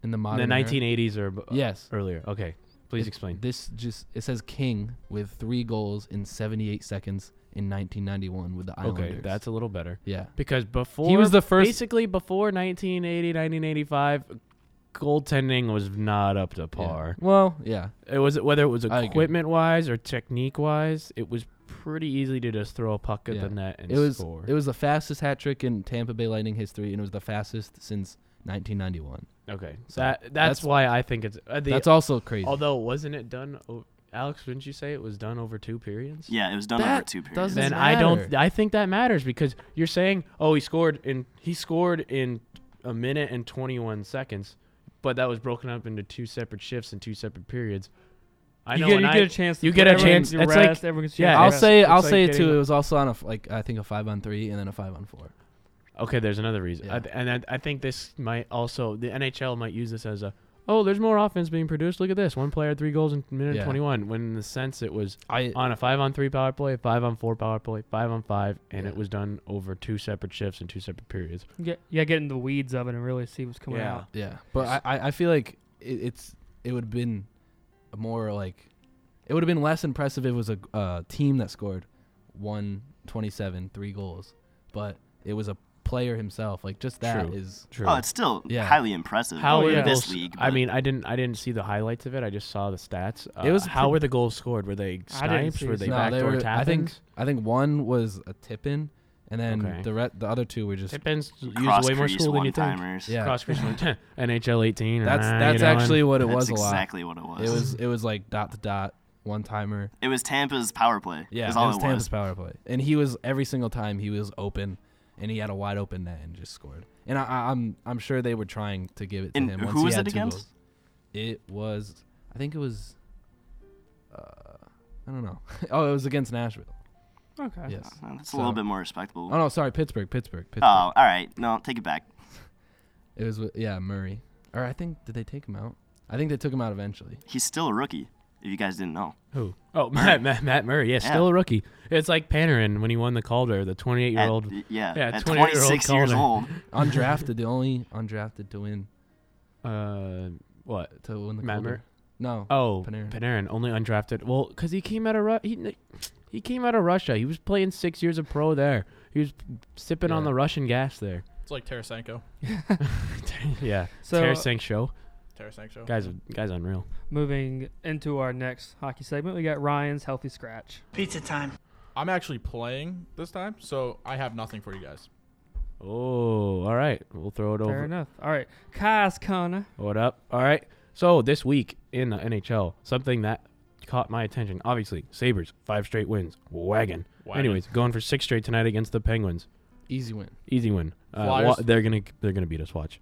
D: in the modern
E: in the
D: era. Oh.
E: 1980s or b- uh,
D: Yes,
E: earlier? Okay, please
D: It-
E: explain.
D: This just it says King with three goals in 78 seconds in 1991 with the Islanders.
E: Okay, that's a little better
D: yeah.
E: because before
D: was the first-
E: basically before 1980, 1985, goaltending was not up to
D: Yeah.
E: par.
D: Well, yeah,
E: It was whether it was
D: I agree.
E: equipment wise or technique wise, it was pretty easy to just throw a puck at
D: Yeah.
E: the net and
D: it was
E: score.
D: it was the fastest hat trick in Tampa Bay Lightning history, and it was the fastest since 1991.
E: okay,
D: So
E: that that's,
D: that's-
E: why I think it's uh, the,
D: that's also crazy.
E: Although wasn't it done? O- Alex, didn't you say it was done over two periods?
A: yeah, it was done over
D: That
A: two periods.
D: doesn't-
E: Then
D: doesn't
E: I don't.
D: matter.
E: I think that matters because you're saying, oh, he scored in he scored in a minute and 21 seconds, but that was broken up into two separate shifts and two separate periods. I
B: you
E: know.
B: get,
E: when
B: you
E: I,
B: get a chance. To
E: you get a
B: play, everyone
E: chance-
B: gets
E: it's
B: your
E: like-
B: rest, everyone gets
E: yeah,
B: your
D: I'll
B: rest.
D: say I'll
E: like
D: say it
E: getting
D: too.
E: a-
D: It was also on a f- like I think a five on three and then a five on four.
E: Okay, there's another reason, I
D: Yeah.
E: th- and I, I think this might also the NHL might use this as a oh, there's more offense being produced. Look at this, one player had three goals in minute
D: Yeah.
E: 21. When in the sense it was
D: I
E: on a five on three power play, five on four power play, five on five, and
D: Yeah.
E: it was done over two separate shifts and two separate periods.
B: Get- yeah, get in the weeds of it and really see what's coming
E: Yeah.
B: out.
D: yeah, but I- I I feel like it, it's it would have been more like it would have been less impressive if it was a uh, team that scored one twenty seven three goals, but it was a player himself. Like just that is
E: True. True.
A: Oh, it's still
D: Yeah.
A: highly impressive.
E: How
B: Oh,
E: were
B: yeah.
E: the
A: this
E: goals?
A: league?
E: I
A: but-
E: mean, I didn't, I didn't see the highlights of it. I just saw the stats. Uh,
D: It was
E: how
D: pre-
E: were the goals scored? Were they
B: I didn't
E: snipes?
B: see
E: Were
B: it.
E: they
D: No, they
E: backdoor
D: were- I think-
E: tappings?
D: I think one was a tip in, and then
E: Okay.
D: the re- the other two were just
E: Tip-ins used
A: cross
E: way more
A: crease
E: school than you think.
A: one-timers.
D: yeah.
E: Cross crease one- NHL 18.
D: That's
E: uh, you
D: that's
E: know, and-
D: actually what it
A: That's
D: was a lot.
A: exactly what it was.
D: It was it was like dot to dot one timer.
A: It was Tampa's power play.
D: Yeah,
A: is all
D: it was
A: it
D: Tampa's
A: was.
D: power play, and he was every single time he was open, and he had a wide open net and just scored. and I, I, I'm I'm sure they were trying to give it to
A: And
D: him.
A: who
D: Once he
A: was
D: had
A: it
D: two
A: against?
D: goals. It was, I think it was, uh, I don't know. oh, it was against Nashville.
B: Okay.
D: Yes.
A: Uh, that's a little
D: So-
A: bit more respectable.
D: Oh no, sorry, Pittsburgh, Pittsburgh, Pittsburgh.
A: oh, all right. No, take it back.
D: It was with- yeah Murray, or I think did they take him out? I think they took him out eventually.
A: He's still a rookie. If you guys didn't know,
E: Who? Oh, Matt, Matt, Matt Murray. Yeah,
A: Yeah.
E: still a rookie. It's like Panarin when he won the Calder, the 28 year
A: At-
E: old.
A: yeah,
E: yeah,
A: at
E: 28-year-old
A: 26 years
E: Calder.
A: old,
D: Undrafted, the only undrafted to win
E: Uh, what?
D: to win the
E: Matt
D: Calder.
E: Murray?
D: No,
E: Oh,
D: Panarin.
E: Panarin. only undrafted. Well, because he came out of Ru- he, he came out of Russia. He was playing six years of pro there. He was sipping on
D: Yeah.
E: the Russian gas there.
C: It's like Tarasenko.
E: yeah,
B: So
E: Tarasenko show
C: Tarasenko.
E: guys, guys, unreal.
B: moving into our next hockey segment, we got Ryan's healthy scratch.
F: Pizza time.
C: I'm actually playing this time, so I have nothing for you guys.
E: Oh, all right. We'll throw it
B: Fair
E: over.
B: enough. All right, Kai's Connor.
E: What up? All right. So this week in the NHL, something that caught my attention. Obviously, Sabers five straight wins. Wagon.
C: Wagon.
E: Anyways, going for six straight tonight against the Penguins.
D: easy win.
E: Easy win. Uh,
C: Flyers.
E: wa- they're gonna they're gonna beat us. Watch.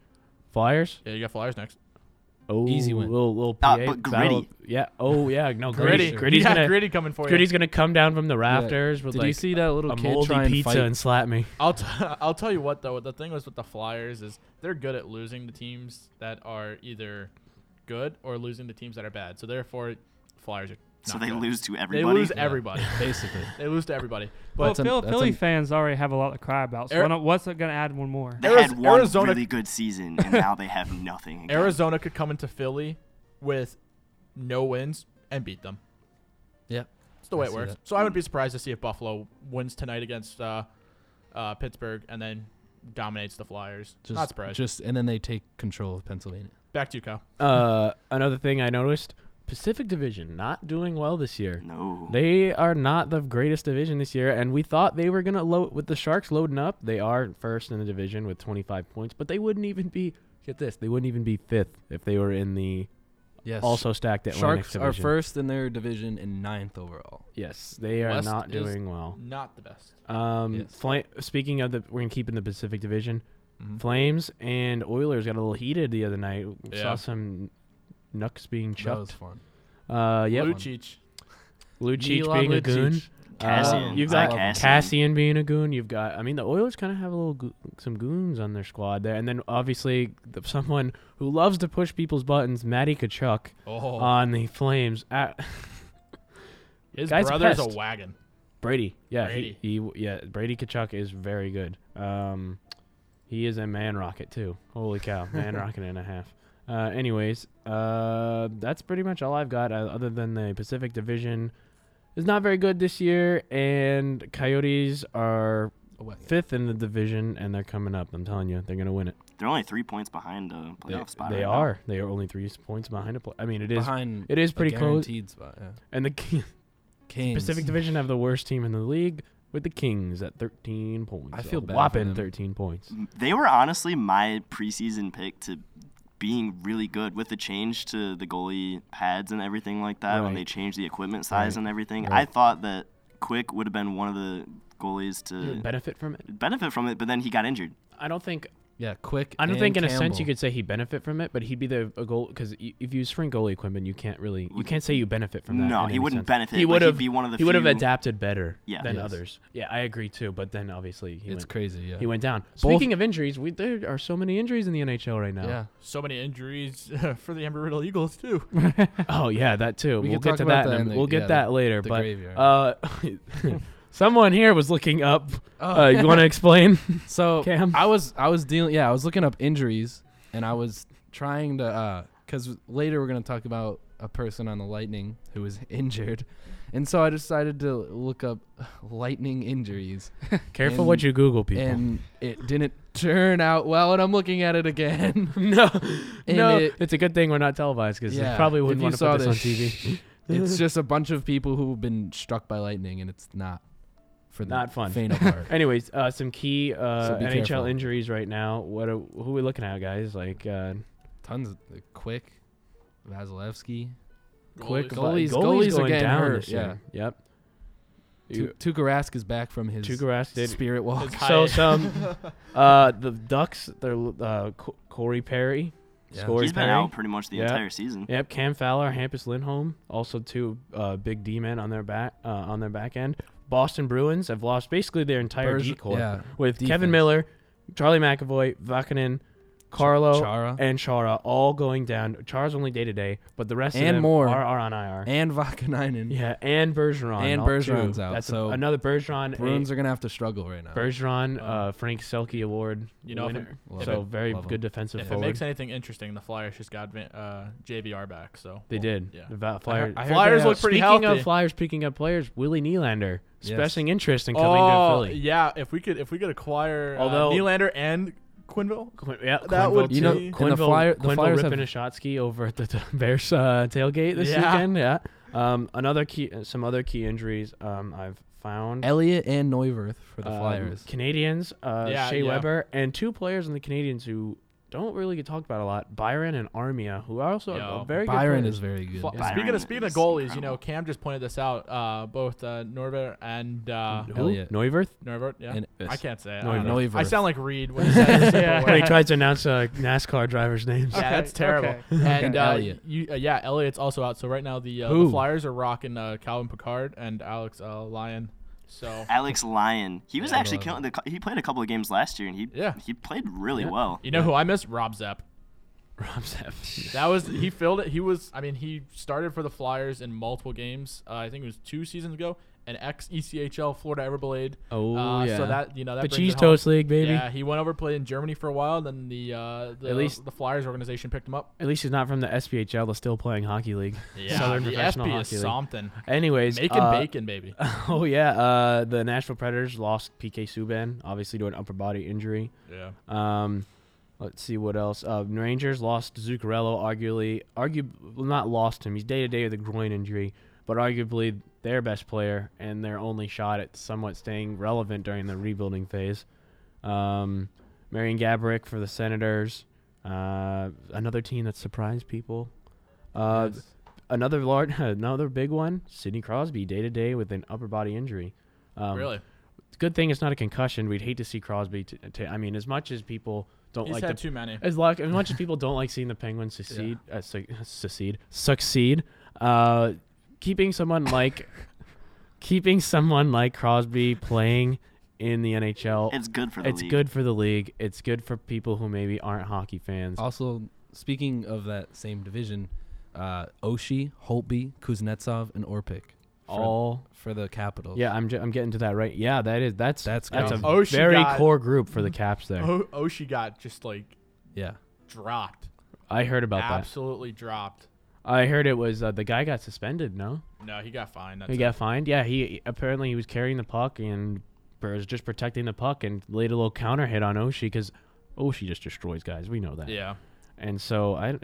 E: Flyers.
C: Yeah, you got Flyers next.
E: Oh,
D: Easy win.
E: Little, little PA
A: Ah, but
E: battle.
A: gritty.
E: Yeah. Oh yeah. No gritty.
D: Gritty.
E: Gritty's
C: you got
E: gonna
C: gritty coming for
E: gritty's
C: you.
E: gonna come down from the rafters with
D: Did
E: like
D: you see that little
E: a
D: kid
E: moldy
D: try and
E: pizza
D: fight?
E: and slap me.
C: I'll t- I'll tell you what though. The thing was with the Flyers is they're good at losing the teams that are either good or losing the teams that are bad. So therefore, Flyers are.
A: so
C: not
A: they
C: good.
A: lose to
C: They
A: everybody.
C: lose everybody.
D: basically?
C: they lose to everybody.
B: Well,
D: That's an-
B: Phil,
D: that's
B: Philly
D: an-
B: fans already have a lot to cry about. So
C: Ari-
B: why not- what's it gonna add one more?
A: They
C: Ariz-
A: had one
C: Arizona-
A: really good season, and now they have nothing.
C: Arizona could come into Philly with no wins and beat them.
D: Yep.
C: It's the way
D: I
C: it
D: see
C: works.
D: that.
C: So I would be surprised to see if Buffalo wins tonight against uh, uh, Pittsburgh and then dominates the Flyers.
D: Just,
C: Not surprised.
D: Just and then they take control of Pennsylvania.
C: Back to you, Kyle.
E: Uh, another thing I noticed: Pacific Division not doing well this year.
A: No.
E: They are not the greatest division this year, and we thought they were gonna load with the Sharks loading up. They are first in the division with 25 points, but they wouldn't even be get this. They wouldn't even be fifth if they were in the
D: Yes.
E: also stacked Atlantic
D: Sharks
E: division.
D: are first in their division and ninth overall.
E: Yes, they are
C: West
E: not
C: is-
E: doing well.
C: Not the best.
E: Um,
D: Yes.
E: Fla- speaking of the, we're gonna keep in the Pacific Division.
D: Mm-hmm.
E: Flames and Oilers got a little heated the other night. We
C: Yeah.
E: Saw some nucks being
D: That was
E: chucked.
D: fun.
E: Uh, yeah,
C: Lucic.
E: Lucic
D: Milan
E: being a goon. Uh,
D: Lucic.
A: Cassian.
E: you've
A: I
E: got
A: love him.
E: Cassian. being a goon. You've got, I mean, the Oilers kind of have a little go- some goons on their squad there, and then obviously the, someone who loves to push people's buttons, Matty Kachuk,
C: Oh,
E: on the Flames. At
C: his
E: guy's a
C: brother's a
E: pest.
C: wagon.
E: Brady, yeah, he-
C: Brady.
E: He, yeah, Brady Kachuk is very good. Um, he is a man rocket too. Holy cow, man rocket and a half. Uh, anyways, uh, that's pretty much all I've got. Uh, other than the Pacific Division is not very good this year, and Coyotes are
D: A wagon.
E: fifth in the division, and they're coming up. I'm telling you, they're gonna win it.
A: They're only three points behind a playoff spot.
E: They
A: right now.
E: are. They are only three s- points behind a. Pl- I mean, it is,
D: Behind
E: it is pretty
D: a
E: close.
D: guaranteed spot. Yeah.
E: And the Ki-
D: Kings.
E: Pacific Division have the worst team in the league with the Kings at 13 points.
D: I feel
E: a
D: bad for
E: whopping
D: them.
E: 13 points.
A: They were honestly my preseason pick to being really good with the change to the goalie pads and everything like that when
E: Right.
A: they changed the equipment size
E: Right.
A: and everything.
E: Right.
A: I thought that Quick would have been one of the goalies to
E: Benefit from it?
A: benefit from it, but then he got injured.
E: I don't think.
D: Yeah, quick.
E: I don't
D: and
E: think, in a sense,
D: Campbell.
E: you could say he benefit from it, but he'd be the a goal because if you use sprint goalie equipment, you can't really, you can't say you benefit from that.
A: No,
E: in
A: he
E: any
A: wouldn't
E: sense.
A: benefit,
E: He
A: but
E: would
A: he'd
E: have.
A: be one of the
E: He would have
A: few-
E: adapted better
A: Yeah.
E: than
D: Yes.
E: others. Yeah, I agree too. But then obviously he
D: It's
E: went.
D: crazy. Yeah.
E: He went down. Speaking of injuries, we there are so many injuries in the NHL right now.
D: Yeah.
C: So many injuries for the Amber Riddle Eagles too.
E: Oh yeah, that too.
D: We
E: We will
D: could
E: get
D: talk
E: to that.
D: about that
E: in a
D: in
E: mi-
D: the-
E: we'll get
D: yeah,
E: that later.
D: the
E: but
D: graveyard.
E: uh, someone here was looking up.
D: Oh.
E: Uh, you want to explain?
D: So
E: Cam?
D: I was I was dealing yeah I was looking up injuries and I was trying to because later we're gonna talk about a person on the Lightning who was injured, and so I decided to look up Lightning injuries
E: Careful
D: And-
E: what you Google, people.
D: and it didn't turn out well and I'm looking at it again.
E: no,
D: And
E: no,
D: it-
E: it's a good thing we're not televised because
D: Yeah,
E: they probably
D: if
E: wouldn't
D: you
E: want to
D: saw
E: put this, on
D: this-
E: TV.
D: it's just a bunch of people who've been struck by lightning and it's not for the
E: Not fun.
D: faint of heart.
E: Anyways, uh, some key uh,
D: So be
E: NHL
D: careful.
E: injuries right now. What are, who are we looking at, guys? Like uh,
D: Tons of quick, Vasilevsky.
E: quick
D: Goalies-
E: goalies,
D: goalies are
E: going
D: getting
E: down
D: hurt,
E: this year. Yep.
D: Tu- Tuukka Rask is back from his
E: Tuukka Rask did-
D: spirit walk.
C: His
E: So
C: Hi.
E: some uh, the Ducks, they're uh, Co- Corey Perry,
D: Yeah.
E: scored
D: Corey
A: He's been
E: Perry.
A: out pretty much the
E: Yeah.
A: entire season.
E: Yep, Cam Fowler, Hampus Lindholm, also two uh, big D men on their back uh, on their back end. Boston Bruins have lost basically their entire
D: Berge-
E: D core
D: yeah,
E: with Kevin
D: defense.
E: Miller, Charlie McAvoy, Vakanen, Carlo,
D: Chara.
E: and Chara all going down. Chara's only day to day, but the rest of
D: And
E: them
D: more.
E: Are, are on IR.
D: and Vakanainen.
E: yeah, and Bergeron.
D: And
E: all two.
D: Bergeron's out,
E: That's a-
D: so
E: another Bergeron.
D: Bruins
E: Bruins
D: are gonna have to struggle right now.
E: Bergeron, uh, Frank Selke Award.
C: You know, if it-
E: winner.
D: Love
E: so
D: it.
E: very
D: Love
E: good
D: 'em.
E: defensive
C: if it
E: forward.
C: makes anything interesting, the Flyers just got Van- uh, JVR back. So
E: They did.
C: Yeah.
E: The Va- Flyers.
D: I heard
C: Flyers
D: they
C: look pretty
E: Speaking
C: healthy.
E: of Flyers picking up players, Willie Nylander
D: Yes.
E: expressing interest in coming
C: oh
E: to Philly.
C: yeah, if we could if we could acquire
E: Although-
C: uh, Nylander and Quinville,
E: Quin- yeah,
C: That would
E: Quinville-
C: You know, be-
E: Quinville,
C: and
D: the Flyer- the
E: Quinville
D: Flyers have-
E: ripping a Shotsky over at the t- Bears uh, tailgate this
C: Yeah.
E: weekend. Yeah. Um, another key, some other key injuries um, I've found.
D: Elliott and Neuwirth for the
E: Um,
D: Flyers.
E: Canadians, uh,
C: Yeah,
E: Shea
C: yeah.
E: Weber, and two players in the Canadians who don't really get talked about a lot, Byron and Armia, who are also
C: Yo.
E: a very
D: Byron
E: good
D: is very good.
C: Fl-
A: Yeah.
C: Speaking
A: Byron
C: of speaking of
A: is
C: goalies, you
A: incredible.
C: know, Cam just pointed this out. Uh, both uh, Norbert and uh,
E: players.
D: Elliott.
E: Who? Neuwirth?
C: Norbert, yeah,
D: And-
C: I can't say. it.
E: Neuwirth.
C: I, don't know.
D: Neuwirth.
C: I sound like Reed when he says it.
B: Yeah.
E: When he tried to announce uh, NASCAR drivers' names.
C: Yeah, that's
B: Okay,
C: terrible.
B: okay.
C: And
D: Okay,
C: uh,
D: Elliott.
C: you, uh, yeah, Elliott's also out. So right now the, uh,
D: Who?
C: the Flyers are rocking uh, Calvin Picard and Alex uh, Lyon. So
A: Alex Lyon. He was
D: Yeah, I
A: actually
D: love
A: killing. The, he played a couple of games last year, and he
C: Yeah.
A: he played really
E: Yeah.
A: well.
C: you know who I miss? Rob Zepp.
E: Rob Zeff.
C: That was he filled it. He was. I mean, he started for the Flyers in multiple games. Uh, I think it was two seasons ago. An ex ECHL Florida Everblade.
E: Oh,
C: uh,
E: yeah.
C: So that you know that
E: the
C: brings it
E: Cheese
C: home.
E: Toast League, baby.
C: Yeah, he went over played in Germany for a while. Then the uh, the,
E: At least-
C: the Flyers organization picked him up.
E: At least he's not from the SPHL. That's still playing hockey league.
C: Yeah,
E: Southern
C: the
E: Professional
C: SP
E: Hockey
C: is
E: League.
C: something.
E: Anyways,
C: Making
E: uh,
C: bacon, baby.
E: Oh yeah, uh, the Nashville Predators lost PK Subban, obviously to an upper body injury.
C: Yeah.
E: Um, let's see what else. Uh, Rangers lost Zuccarello, arguably, argu- well, not lost him. He's day to day with a groin injury, but arguably their best player and their only shot at somewhat staying relevant during the rebuilding phase. Um, Marion Gaborik for the Senators. Uh, another team that surprised people. Uh, Another large, another big one. Sidney Crosby, day to day with an upper body injury. Um,
C: really.
E: it's a good thing it's not a concussion. We'd hate to see Crosby. T- t- I mean, as much as people don't
C: He's
E: like
C: had
E: the,
C: too many.
E: as, luck, as much as people don't like seeing the Penguins succeed, uh, su- succeed, succeed. Uh, keeping someone like, keeping someone like Crosby playing in the NHL, it's,
A: It's good for the league.
E: good for the league. It's good for people who maybe aren't hockey fans.
D: Also, speaking of that same division, uh, Oshie, Holtby, Kuznetsov, and Orpik for,
E: All
D: for the Capitals.
E: yeah, I'm, ju- I'm getting to that right. Yeah, that is that's
D: That's
E: that's a
D: crazy.
C: Oh, she
E: very
C: got-
E: core group for the Caps. There,
C: Oh, Oshie got just like
D: yeah.
C: dropped.
E: I heard about that.
C: Absolutely dropped.
E: I heard it was uh, the guy got suspended. No.
C: No, he got fined. That's
E: He
C: it.
E: got fined. Yeah, he apparently he was carrying the puck and or was just protecting the puck and laid a little counter hit on Oshie because Oshie just destroys guys. We know that.
C: Yeah.
E: And so I,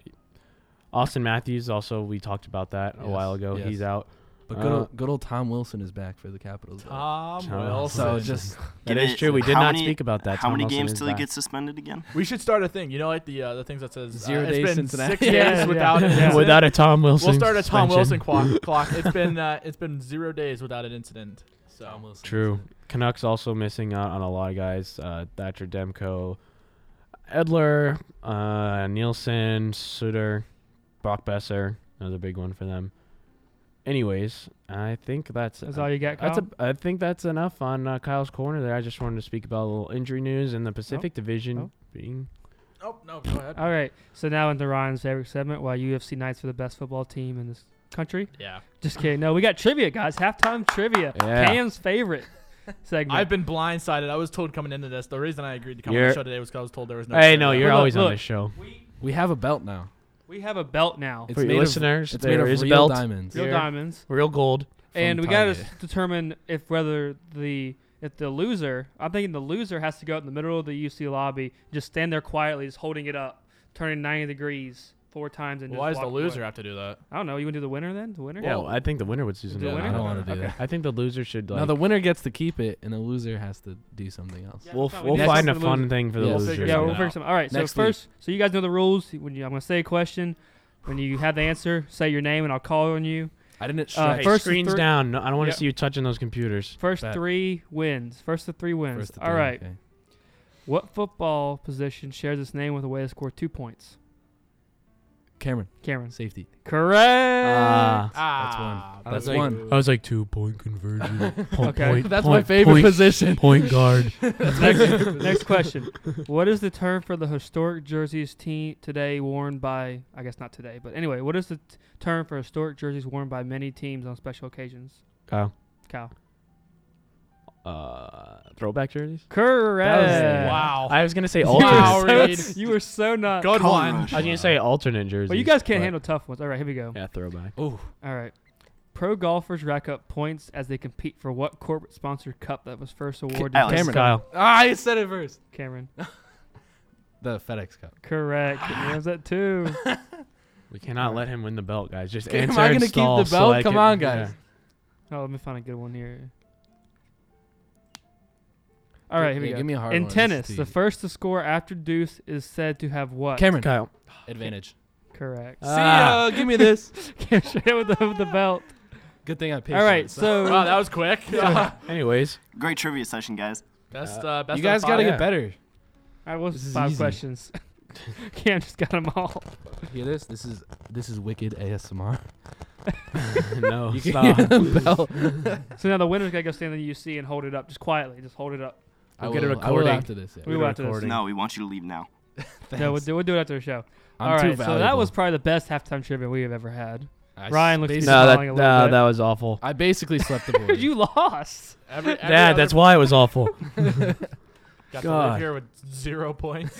E: Austin Matthews also we talked about that a
D: Yes,
E: while ago.
D: yes.
E: He's out.
D: But good,
E: Uh,
D: old, good old Tom Wilson is back for the Capitals. though.
C: Tom
E: Tom
D: so
C: Wilson.
E: Wilson.
D: just
E: That
A: Give
E: is
A: it-
E: true. We did
A: how
E: not
A: many-
E: speak about that.
A: How
E: Tom
A: many
E: Wilson
A: games
E: is
A: till he
E: back.
A: gets suspended again?
C: we should start a thing. You know, like the uh, the things that says
D: Zero
C: uh, it's
D: days
C: been
D: Cincinnati.
C: six
B: Yeah,
C: days without
B: yeah.
C: an incident.
E: without a Tom Wilson?
C: We'll start a Tom Wilson
E: suspension.
C: clock. clock. It's been uh, it's been zero days without an incident.
D: Tom
C: So
D: Wilson
E: True.
D: is
E: Canucks also missing out on a lot of guys. Uh, Thatcher Demko, Edler, uh, Nielsen, Suter, Brock Besser. Another big one for them. Anyways, I think that's
B: That's all you got, Kyle?
E: That's a, I think that's enough on uh, Kyle's corner. There, I just wanted to speak about a little injury news in the
B: Oh.
E: Pacific Division.
B: Nope.
E: Being
C: oh no, go ahead.
B: All right. So now into Ryan's favorite segment, why UFC nights are the best football team in this country.
C: yeah,
B: Just kidding. No, we got trivia, guys. Halftime trivia.
E: Yeah.
B: Cam's favorite segment.
C: I've been blindsided. I was told coming into this. The reason I agreed to come on
E: You're-
C: the show today was because I was told there was no.
E: hey,
C: show.
E: no, you're
B: look,
E: always on
B: look.
E: this show.
B: we,
D: good. We have a belt now.
B: we have a belt now.
D: It's
E: For your
D: made of-
E: listeners,
D: it's made
E: there
D: of
E: is a
D: real
E: belt,
D: diamonds.
B: Real
E: here.
B: diamonds.
E: real gold.
B: And
D: from
B: we got to
D: Kanye.
B: determine if whether the if the loser, I'm thinking the loser has to go out in the middle of the UC lobby, just stand there quietly, just holding it up, turning 90 degrees four times, and
C: Why
B: just
C: does the
B: walk away.
C: loser have to do that?
B: I don't know. You want to do the winner then? The winner?
E: Yeah, I think the winner would
B: The
E: Susan.
D: Yeah,
B: winner?
D: I don't want to do
B: Okay.
D: that.
E: I think the loser should like.
D: Now the winner gets to keep it, and the loser has to do something else.
B: Yeah.
E: We'll,
B: That's
E: f-
B: not-
E: we'll
D: that's
E: find a
B: not the
E: fun thing for the
D: Yeah,
E: losers.
C: figure
E: loser.
B: Yeah,
C: something
B: we'll figure
C: out.
B: some. All right.
D: Next
B: so first, so you guys know the rules. When you, I'm gonna say a question, when you have the answer, say your name, and I'll call on you.
D: I didn't.
B: Uh,
E: Hey,
D: stretch.
B: first
E: screens
B: three-
E: down. No, I don't want to
C: Yep.
E: see you touching those computers.
B: First
D: Bet.
B: three wins. First of three wins.
D: First to
B: All
D: three,
B: right.
D: okay.
B: What football position shares its name with a way to score two points?
D: Cameron,
B: Cameron.
D: safety.
B: Correct.
D: Uh.
E: Ah.
C: Ah,
D: That's
C: boo.
D: one.
E: I was like two point conversion.
B: Okay. point,
C: That's my favorite position.
E: Point guard.
B: next, next question. What is the term for the historic jerseys team today worn by? I guess not today, but anyway, what is the t- term for historic jerseys worn by many teams on special occasions?
E: Kyle.
B: Kyle.
E: Uh, throwback jerseys.
B: Correct.
E: Yeah.
C: Wow.
E: I was gonna say
B: You were
E: alternate.
B: so-
C: Wow, Reed.
B: you were so not.
C: Good
A: Color
C: one.
A: rush.
E: I was gonna say alternate jerseys.
B: Well, you guys can't
E: but-
B: handle tough ones. All right, here we go.
E: Yeah, throwback.
D: Oh,
B: All right. Pro golfers rack up points as they compete for what corporate sponsored cup that was first awarded? to
A: Alex.
B: Cameron.
E: Kyle.
D: ah, I said it first.
B: Cameron.
D: The FedEx Cup.
B: Correct. He knows that too.
E: We cannot let him win the belt, guys. Just
D: Am
E: answer
D: I
E: and
D: gonna keep
E: stall
D: the
E: so
D: belt?
E: I
D: Come
E: can-
D: on, guys.
E: yeah.
B: Oh, let me find a good one here. All right, here we
D: Yeah,
B: go.
D: Give me a hard
B: In
D: one. This
B: tennis,
D: is
B: the
D: the-
B: first to score after deuce is said to have what?
D: Cameron
E: Kyle.
D: advantage.
B: Correct.
E: Uh, Ah.
D: See ya. Give me this.
B: Can't share with the, with the belt.
D: Good thing I picked.
B: All right,
D: it,
B: so
C: Wow, that was quick.
E: Anyways,
A: Great trivia session, guys.
C: best, uh, best
D: you guys
C: of
D: gotta
C: five.
E: Yeah.
D: get better.
B: I was
D: This is
B: five
D: easy.
B: questions. Cam just got them all.
D: Hear this? This is this is wicked ASMR.
E: no,
D: You can
E: stop.
D: hear the bell.
B: So now the winner's gotta go stand in the UC and hold it up, just quietly, just hold it up.
D: I
E: We'll get a
D: will- I will
E: recording.
D: after this. yeah.
B: We will after this.
E: recording.
A: No, we want you to leave now.
B: No, we'll
D: Thanks.
B: do, we'll do it after the show.
D: I'm
B: all
D: too
B: right, so that
D: valuable.
B: was probably the best halftime trivia we have ever had.
D: I
B: Ryan looks to be
D: basically,
E: no,
B: smiling a
E: that
B: little
E: no,
B: bit.
E: that was awful.
D: I basically slept the board.
B: you lost.
C: Every, every
E: Yeah,
C: other
E: that's why it was awful.
C: Got to
E: God.
C: live here with zero points.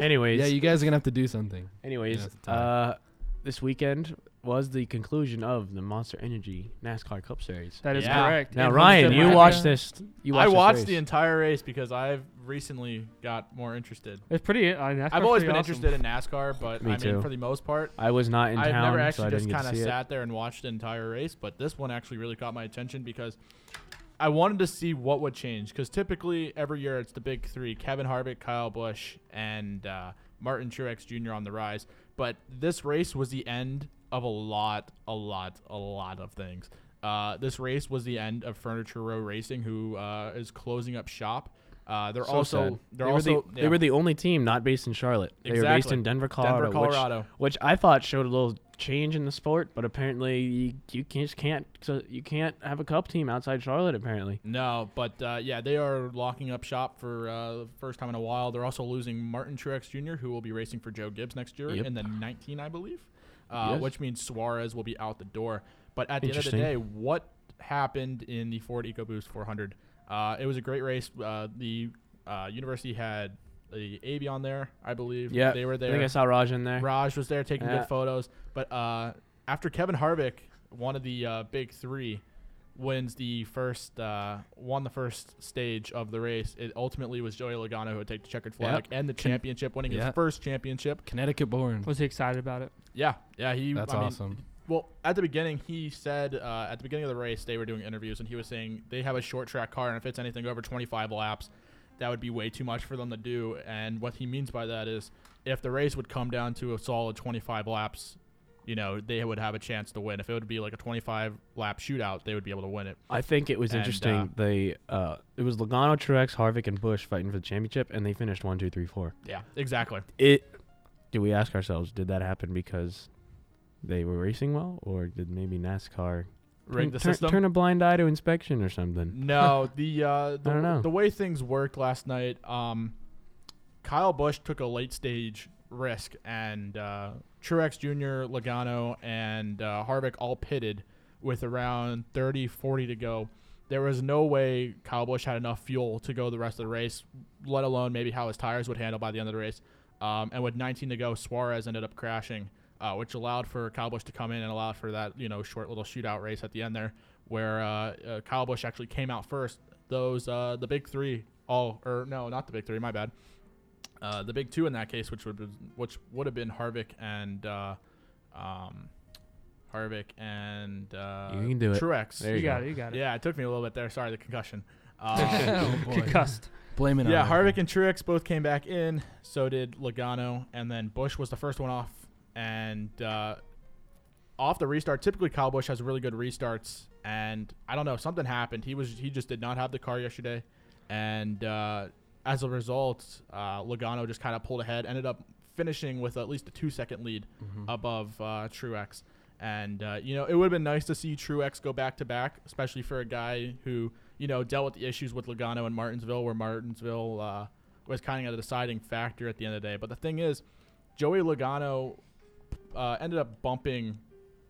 E: anyways,
D: yeah, you guys are gonna have to do something.
E: anyways,
D: Yeah, it's a tie.
E: uh, this weekend was the conclusion of the Monster Energy NASCAR Cup Series.
B: That is
C: Yeah.
B: correct.
E: Now,
B: And
E: Ryan,
B: Homestead
E: you
B: Mile-
E: watched this. You watched
C: I
E: this
C: watched
E: race.
C: the entire race because I've recently got more interested.
B: It's pretty. Uh, NASCAR's
C: I've always
B: pretty
C: been
B: awesome.
C: interested in NASCAR, but
E: Me
C: I mean,
E: too.
C: for the most part,
E: I was not in
C: I've
E: town,
C: never
E: so
C: actually
E: I
C: just
E: didn't get
C: kind
E: to
C: of
E: see it.
C: sat there and watched the entire race. But this one actually really caught my attention because I wanted to see what would change. Because typically every year it's the big three: Kevin Harvick, Kyle Busch, and uh, Martin Truex Jr. on the rise. But this race was the end of a lot, a lot, a lot of things. Uh, this race was the end of Furniture Row Racing, who uh, is closing up shop. Uh, they're
E: So
C: also
E: sad.
C: they're
E: they
C: also
E: were the, they were the only team not based in Charlotte. They were based
C: Exactly.
E: in Denver, Colorado,
C: Denver,
E: which-
C: Colorado.
E: Which, I thought showed a little change in the sport, but apparently you, you can, just can't so you can't have a cup team outside Charlotte. Apparently,
C: No, but uh, yeah, they are locking up shop for uh, the first time in a while. They're also losing Martin Truex Jr., who will be racing for Joe Gibbs next year
E: Yep.
C: in the 19, I believe, uh,
E: Yes.
C: which means Suarez will be out the door. But at the end of the
E: Interesting.
C: day, what happened in the Ford EcoBoost 400? Uh, it was a great race. Uh, the uh, university had the AB on there, I believe.
E: yeah,
C: they were there.
E: I think I saw Raj in there.
C: Raj was there taking
E: Yeah.
C: good photos. But uh, after Kevin Harvick, one of the uh, big three, wins the first uh, won the first stage of the race, it ultimately was Joey Logano who would take the checkered flag and the championship, winning
D: Yeah.
C: his first championship.
D: Connecticut born.
B: Was he excited about it?
C: Yeah, yeah, he.
D: That's
C: I mean,
D: awesome.
C: well, at the beginning, he said uh, at the beginning of the race they were doing interviews, and he was saying they have a short track car, and if it's anything over 25 laps, that would be way too much for them to do. And what he means by that is if the race would come down to a solid 25 laps, you know, they would have a chance to win. If it would be like a 25 lap shootout, they would be able to win it.
E: I think it was
C: And, uh,
E: interesting. they uh, it was Logano, Truex, Harvick, and Bush fighting for the championship, and they finished one, two, three, four.
C: Yeah, exactly.
E: It. Do we ask ourselves, did that happen because they were racing well, or did maybe NASCAR
C: Rig the
E: turn,
C: system.
E: turn a blind eye to inspection or something?
C: No, the uh, the,
E: don't know.
C: the way things worked last night, um, Kyle Bush took a late stage risk, and uh, Truex Jr., Logano, and uh, Harvick all pitted with around 30, 40 to go. There was no way Kyle Bush had enough fuel to go the rest of the race, let alone maybe how his tires would handle by the end of the race. Um, and with 19 to go, Suarez ended up crashing, uh, which allowed for Kyle Busch to come in and allowed for that you know short little shootout race at the end there, where uh, uh, Kyle Busch actually came out first. Those uh, the big three all or no, not the big three. My bad. Uh, the big two in that case, which would be, which would have been Harvick and uh, um, Harvick and uh,
E: You can do it.
C: Truex.
E: There
B: you
E: you
B: got
E: go.
B: it. You got it.
C: Yeah, it took me a little bit there. Sorry, the concussion. Um,
D: oh boy.
B: Concussed.
D: Blame it
C: yeah,
D: on
C: Harvick and Truex both came back in. So did Logano, and then Bush was the first one off. And uh, off the restart. Typically, Kyle Busch has really good restarts, and I don't know something happened. He was he just did not have the car yesterday, and uh, as a result, uh, Logano just kind of pulled ahead, ended up finishing with at least a two second lead
D: Mm-hmm.
C: above uh, Truex. And uh, you know it would have been nice to see Truex go back to back, especially for a guy who you know dealt with the issues with Logano and Martinsville, where Martinsville uh, was kind of a deciding factor at the end of the day. But the thing is, Joey Logano uh, ended up bumping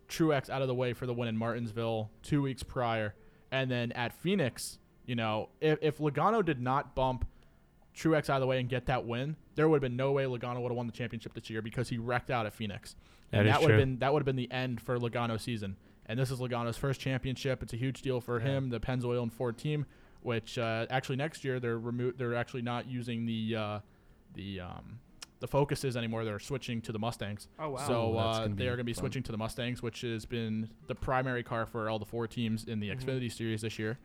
C: Truex out of the way for the win in Martinsville two weeks prior, and then at Phoenix, you know, if, if Logano did not bump Truex out of the way and get that win, there would have been no way Logano would have won the championship this year because he wrecked out at Phoenix.
E: That
C: And
E: is
C: that would have
E: true.
C: been that would have been the end for Logano's season. And this is Logano's first championship. It's a huge deal for him, the Pennzoil and Ford team, which uh, actually next year they're remo- they're actually not using the uh, the um, the focuses anymore. They're switching to the Mustangs.
B: Oh, wow.
C: So
D: Ooh, that's
C: uh,
D: gonna
C: they
D: be
C: are going to be
D: fun.
C: switching to the Mustangs, which has been the primary car for all the four teams in the
E: Mm-hmm.
C: Xfinity Series this year.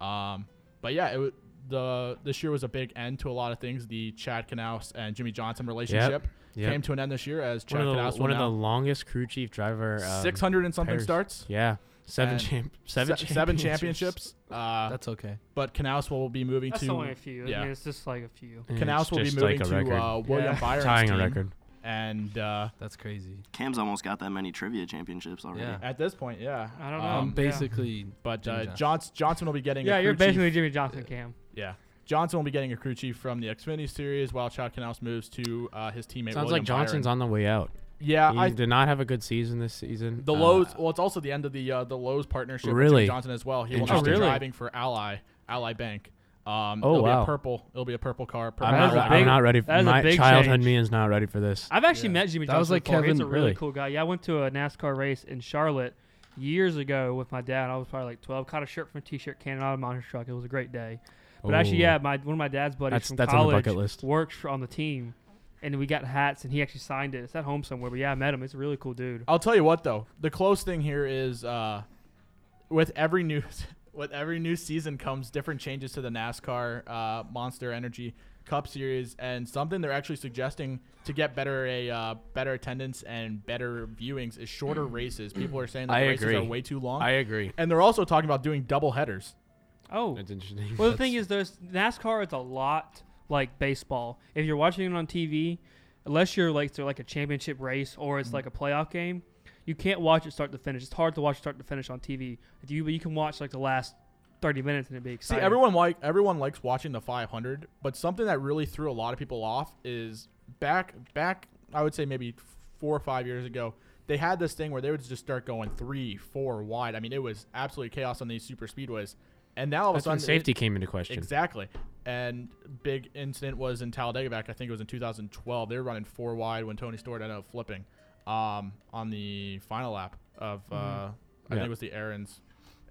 C: Um, but yeah, it w- the this year was a big end to a lot of things. The Chad Knaus and Jimmy Johnson relationship
E: yep.
C: came to an end this year as Chad
E: One of
C: Knaus
E: the, one
C: won
E: of the
C: out
E: longest crew chief driver. Um,
C: 600 and something
E: pairs.
C: starts,
E: Yeah, seven
C: And
E: champ, seven,
C: se- seven
E: championships.
C: championships. Uh,
D: That's okay.
C: but Knaus will be moving
B: That's
C: to
B: only a few.
C: yeah.
B: I mean, it's just like a few.
E: And
C: Knaus
E: it's
C: will be
E: just
C: moving
E: like a
C: to
E: record.
C: uh, William
B: Yeah.
C: Byron's
E: tying a
C: team.
E: record.
C: and uh,
D: That's crazy.
A: Cam's almost got that many trivia championships already.
D: Yeah.
C: at this point, Um, yeah,
B: I don't
D: I'm
B: know. Um, yeah.
D: basically
C: But
D: Jimmy
C: uh,
D: Johnson.
C: Johnson. Johnson will be getting
B: Yeah,
C: a crew
B: you're basically
C: chief.
B: Jimmy Johnson, Cam.
C: yeah Johnson will be getting a crew chief from the Xfinity Series while Chad Knaus moves to uh, his teammate.
E: Sounds
C: William
E: like Johnson's
C: Byron.
E: on the way out.
C: Yeah,
E: he
C: I
E: did not have a good season this season.
C: the
E: Uh,
C: Lowe's. Well, it's also the end of the uh, the Lowe's partnership. with
E: Really?
C: Jimmy Johnson as well. He will not
E: Interesting.
C: be
E: Oh, really?
C: driving for Ally Ally Bank. Um,
E: Oh,
C: it'll be
E: wow.
C: a purple. It'll be a purple car. Purple
E: I'm
B: That
E: not,
B: is a
E: re-
B: big-
E: I'm not ready.
B: that
E: For,
B: is a
E: my
B: big
E: childhood
B: change.
E: me is not ready for this.
B: I've actually
C: Yeah.
B: met Jimmy
D: That
B: Johnson
D: was like
B: before. He's a
D: Kevin-
B: really,
E: really.
B: cool guy. Yeah, I went to a NASCAR race in Charlotte years ago with my dad. I was probably like 12. Caught a shirt from a T-shirt can out of a monster truck. It was a great day. But actually,
E: Ooh.
B: yeah, my one of my dad's buddies
E: That's-
B: from
E: that's on the
B: college
E: bucket list.
B: works for, on the team, and we got hats, and he actually signed it. It's at home somewhere. But yeah, I met him. He's a really cool dude.
C: I'll tell you what though, the close thing here is uh, with every new with every new season comes different changes to the NASCAR uh, Monster Energy Cup Series, and something they're actually suggesting to get better a uh, better attendance and better viewings is shorter races. People are saying that
E: I
C: the races
E: agree.
C: are way too
E: Oh.
C: long,
E: agree.
C: and they're also talking about doing double headers.
B: Oh,
E: That's interesting.
B: Well, the thing is, there's NASCAR. It's a lot like baseball. If you're watching it on TV, unless you're like to like a championship race or
E: Mm.
B: it's like a playoff game, you can't watch it start to finish. It's hard to watch start to finish on TV. If You but you can watch like the last thirty minutes and it'd be
C: See,
B: exciting.
C: everyone like everyone likes watching the 500, but something that really threw a lot of people off is back back. I would say maybe four or five years ago, they had this thing where they would just start going three, four wide. I mean, it was absolute chaos on these super speedways, and now all of a
E: That's when
C: sudden Oh, it-
E: safety came into question.
C: Exactly. And big incident was in Talladega back. I think it was in 2012. They were running four wide when Tony Stewart ended up flipping um, on the final lap of uh, I think
E: Mm-hmm. Yeah.
C: it was the Aaron's.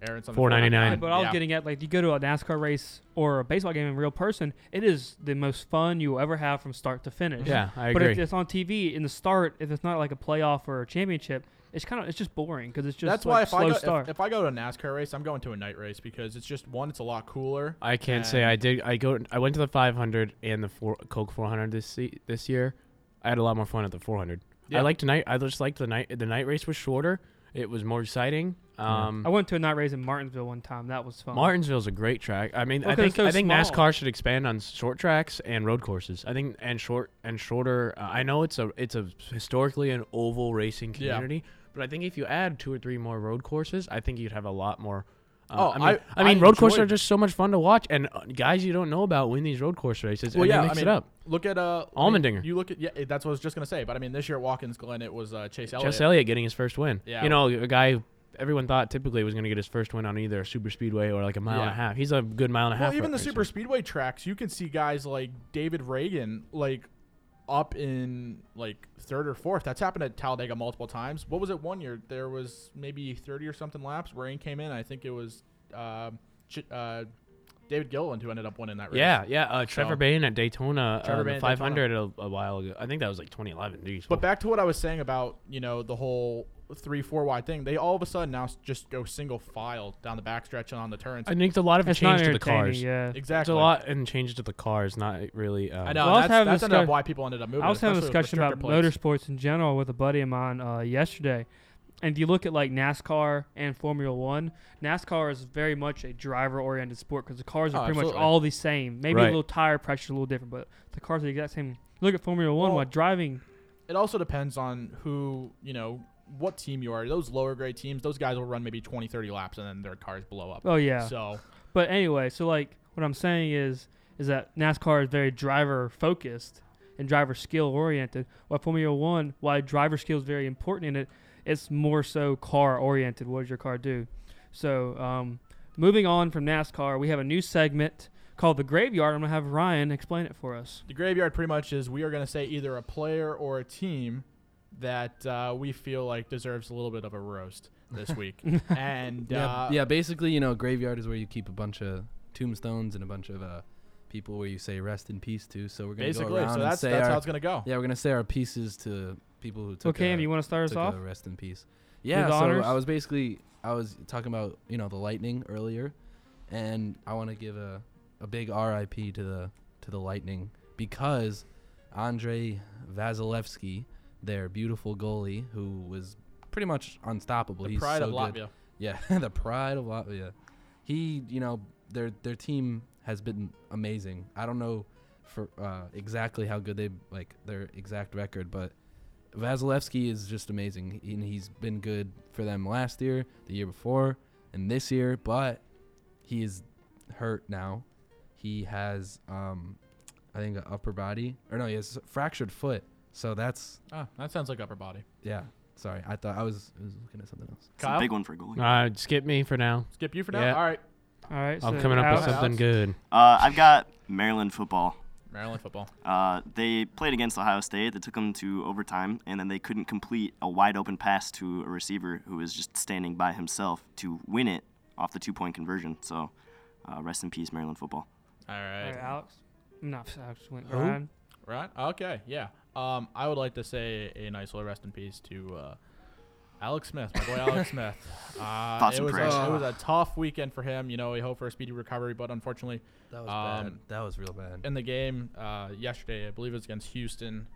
C: Aaron's on the
E: 499.
B: but I was
C: Yeah.
B: getting at like you go to a NASCAR race or a baseball game in real person, it is the most fun you will ever have from start to finish.
E: Yeah, I
B: But if
E: agree.
B: it's on TV in the start, if it's not like a playoff or a championship, it's kind of it's just boring because it's just
C: That's
B: like,
C: why if
B: slow
C: I go,
B: start.
C: If, if I go to a NASCAR race, I'm going to a night race because it's just one, it's a lot cooler.
E: I can't say
C: and-
E: I did. I go. I went to the 500 and the four, Coke 400 this se- this year. I had a lot more fun at the 400.
C: Yeah.
E: I liked night. I just liked the night. The night race was shorter. It was more exciting. Um,
B: I went to a night race in Martinsville one time. That was fun.
E: Martinsville's a great track. I mean,
B: Well,
E: I
B: 'cause
E: think
B: it's so
E: I think
B: small.
E: NASCAR should expand on short tracks and road courses. I think and short and shorter. Uh, I know it's a it's a historically an oval racing
C: Yeah.
E: community, but I think if you add two or three more road courses, I think you'd have a lot more. Uh,
C: Oh,
E: I mean,
C: I-
E: I mean
C: I
E: road courses are
C: enjoyed-
E: just so much fun to watch, and uh, guys you don't know about win these road course races.
C: Well,
E: and they
C: yeah,
E: mix
C: I mean,
E: it up.
C: look at uh,
E: Allmendinger.
C: You look at yeah, eh, that's what I was just gonna say. But I mean, this year at Watkins Glen, it was uh, Chase Elliott.
E: Jess Elliott getting his first win.
C: Yeah.
E: You know, a guy who everyone thought typically was going to get his first win on either a super speedway or like a mile and
C: Yeah.
E: a half. He's a good mile and a half.
C: Well, even the
E: racer.
C: super speedway tracks, you can see guys like David Reagan, like up in like third or fourth. That's happened at Talladega multiple times. What was it one year? There was maybe thirty or something laps. Rain came in. I think it was um Ch- uh, David Gilliland who ended up winning that race.
E: Yeah, yeah. Uh, Trevor
C: So-
E: Bain at Daytona,
C: Trevor
E: uh,
C: Bain
E: the
C: at
E: 500 a, a while ago. I think that was like 2011. Geez.
C: But back to what I was saying about you know the whole three four wide thing. They all of a sudden now s- just go single file down the backstretch and on the turns.
E: I think a lot of it
B: it's not
E: changed to the
B: entertaining,
E: cars.
B: Yeah.
E: It's
C: exactly.
E: a lot and changed to the cars, not really. Um,
C: I know.
B: Well, I was
C: that's
B: having
C: that's
B: a
C: ended up
B: discuss-
C: why people ended up moving.
B: I was having a
C: especially with
B: discussion about
C: restrictor plates.
B: motorsports in general with a buddy of mine uh, yesterday. And if you look at like NASCAR and Formula One, NASCAR is very much a driver-oriented sport because the cars are
C: Oh,
B: pretty much
C: absolutely.
B: all the same. Maybe a
E: Right.
B: little tire pressure a little different, but the cars are the exact same. Look at Formula One
C: Well-
B: while driving.
C: it also depends on who you know what team you are those lower grade teams those guys will run maybe 20 30 laps and then their cars blow up
B: Oh yeah.
C: so
B: But anyway, so like what I'm saying is is that NASCAR is very driver focused and driver skill oriented. While Formula One, while driver skill is very important in it, it's more so car oriented. What does your car do? So um, moving on from NASCAR, we have a new segment called the Graveyard. I'm gonna have Ryan explain it for us.
C: the graveyard pretty much is we are going to say either a player or a team that uh, we feel like deserves a little bit of a roast this week and
D: Yeah,
C: uh,
D: yeah, basically, you know, graveyard is where you keep a bunch of tombstones and a bunch of uh, people where you say rest in peace to. So we're gonna go
C: basically
D: around
C: so
D: and
C: that's
D: say
C: that's
D: our,
C: how it's going to go
D: yeah, we're gonna say our pieces to people who took.
B: okay, Cam,
D: a,
B: you want to start us
D: took
B: off?
D: a rest in peace. Yeah,
B: the
D: so
B: honors?
D: I was basically I was talking about you know the lightning earlier, and I want to give a a big R.I.P. to the to the lightning because Andre Vasilevsky, their beautiful goalie, who was pretty much unstoppable.
C: the
D: He's
C: pride
D: so
C: of
D: good.
C: latvia
D: Yeah, the pride of Latvia. He, you know, their their team has been amazing. I don't know for uh, exactly how good they like their exact record, but Vasilevsky is just amazing, and he's been good for them last year, the year before, and this year. But he is hurt now. He has, um, I think, an upper body, or no, he has a fractured foot. So that's
C: oh, that sounds like upper body
D: yeah. Sorry, I thought I was, I was looking at something else.
A: It's a
C: Kyle?
A: big one for a goalie.
E: Uh, skip me for now.
C: skip you for now
E: Yeah.
C: all right
B: All right,
E: I'm
B: so
E: coming up
B: Alex-
E: with something
C: Alex?
E: good.
A: Uh, I've got Maryland football.
C: maryland football
A: Uh, they played against Ohio State. They took them to overtime, and then they couldn't complete a wide open pass to a receiver who was just standing by himself to win it off the two point conversion. So, uh, rest in peace, Maryland football.
C: all
B: All
C: right
B: right, Alex. No, I just went
D: Who?
B: Ryan.
C: Right. Okay. Yeah. Um, I would like to say a nice little rest in peace to uh, Alex Smith, my boy Alex Smith. Uh,
A: Thoughts
C: it
A: and
C: was
A: prayers.
C: a, it was a tough weekend for him. You know, we hope for a speedy recovery, but unfortunately,
D: That was bad.
C: Um,
D: That was real bad.
C: in the game uh, yesterday, I believe it was against Houston,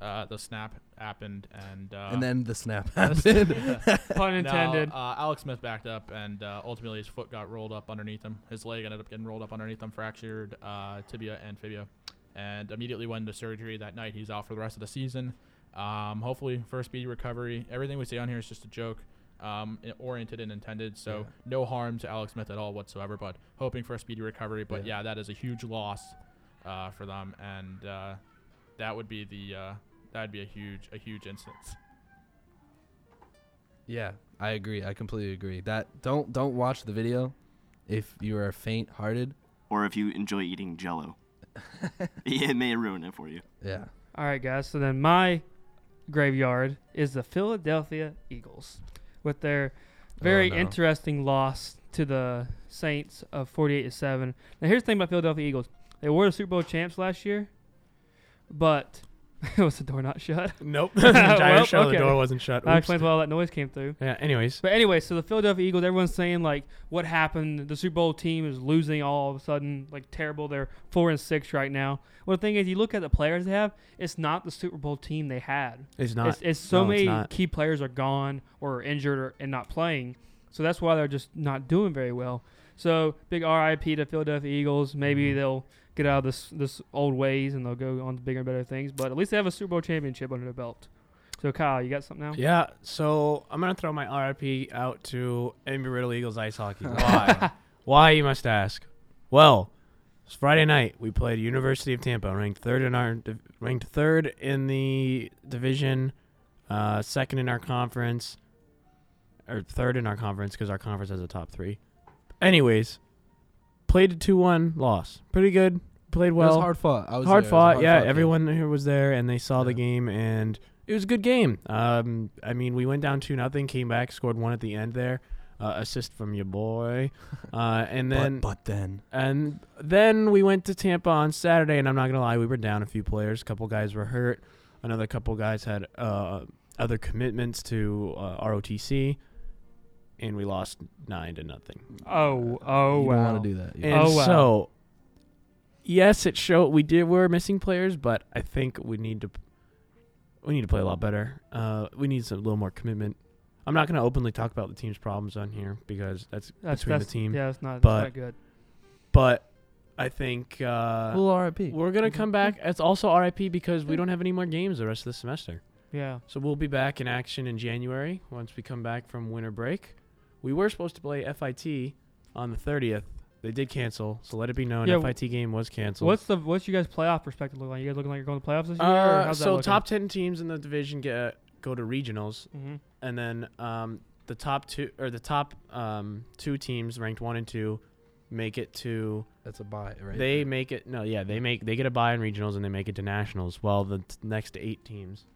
C: uh, the snap happened, and uh,
D: and then the snap
C: that's-
D: happened.
B: Pun
C: no,
B: intended.
C: uh, Alex Smith backed up, and uh, ultimately his foot got rolled up underneath him. His leg ended up getting rolled up underneath him, fractured uh, tibia and fibia, and immediately went into surgery that night. He's out for the rest of the season. Um, hopefully, for a speedy recovery. Everything we say on here is just a joke, um, i- oriented and intended. So
D: Yeah.
C: no harm to Alex Smith at all whatsoever. But hoping for a speedy recovery. But
D: Yeah.
C: yeah, that is a huge loss uh, for them, and uh, that would be the uh, that'd be a huge a huge instance.
D: Yeah, I agree. I completely agree. That don't don't watch the video if you are faint-hearted.
A: Or if you enjoy eating Jello, it may ruin it for you.
D: Yeah.
E: Oh,
B: All right, guys. So then my graveyard is the Philadelphia Eagles with their very
D: Oh, no.
B: interesting loss to the Saints of 48 to 7. Now, here's the thing about Philadelphia Eagles they were the Super Bowl champs last year, but was the door not shut?
E: Nope. the entire
B: Well,
E: show,
B: okay.
E: the door wasn't shut.
B: That
E: Oops.
B: explains why all that noise came through.
E: Yeah. Anyways,
B: But anyway, so the Philadelphia Eagles, everyone's saying like, what happened? The Super Bowl team is losing all of a sudden, like terrible. They're four and six right now. Well, the thing is, you look at the players they have. It's not the Super Bowl team they had.
E: it's not.
B: it's, it's so
E: no, it's
B: many
E: not.
B: key players are gone or injured or, and not playing. So that's why they're just not doing very well. So big RIP to Philadelphia Eagles. Maybe
E: Mm-hmm.
B: they'll get out of this this old ways and they'll go on to bigger and better things. But at least they have a Super Bowl championship under their belt. So Kyle, you got something now?
E: Yeah, so I'm gonna throw my RIP out to Embry Riddle Eagles ice hockey. Why? Why you must ask? Well, it's Friday night. We played University of Tampa, ranked third in our div- ranked third in the division, uh, second in our conference, or third in our conference because our conference has a top three. Anyways, played a two-one loss. Pretty good. Played
D: it
E: well
D: was hard fought. I
E: hard
D: was there. It was a
E: fought. yeah,
D: fought game.
E: everyone here was there and they saw the
D: Yeah.
E: game and it was a good game. Um, I mean, we went down two nothing, came back, scored one at the end there, uh, assist from your boy, uh, and
D: But-
E: then
D: but, then
E: and then we went to Tampa on Saturday, and I'm not gonna lie, we were down a few players. A couple guys were hurt. Another couple guys had uh, other commitments to uh, ROTC, and we lost nine to nothing.
B: Oh, oh,
D: you
B: wow.
D: don't want to do that. Yeah.
E: And
B: Oh, wow.
E: so, yes, it showed we did were missing players, but I think we need to we need to play a lot better. Uh, we need some a little more commitment. I'm not going to openly talk about the team's problems on here because that's,
B: That's,
E: between
B: that's-
E: the team.
B: Yeah, it's not,
E: but-
B: it's not good.
E: But I think uh,
D: Cool RIP.
E: we're going to come back. It's also RIP because we don't have any more games the rest of the semester.
B: Yeah.
E: So we'll be back in action in January once we come back from winter break. We were supposed to play FIT on the 30th. They did cancel, so let it be known
B: Yeah, w-
E: FIT game was canceled.
B: what's the what's you guys playoff perspective look like? You guys looking like you're going to playoffs this year? or
E: uh,
B: how's that
E: so
B: looking?
E: top 10 teams in the division get go to regionals
B: Mhm.
E: and then um, the top two or the top um, two teams ranked 1 and 2 make it to
D: That's a buy, right?
E: they make it no yeah they make they get a bye in regionals and they make it to nationals while the t- next 8 teams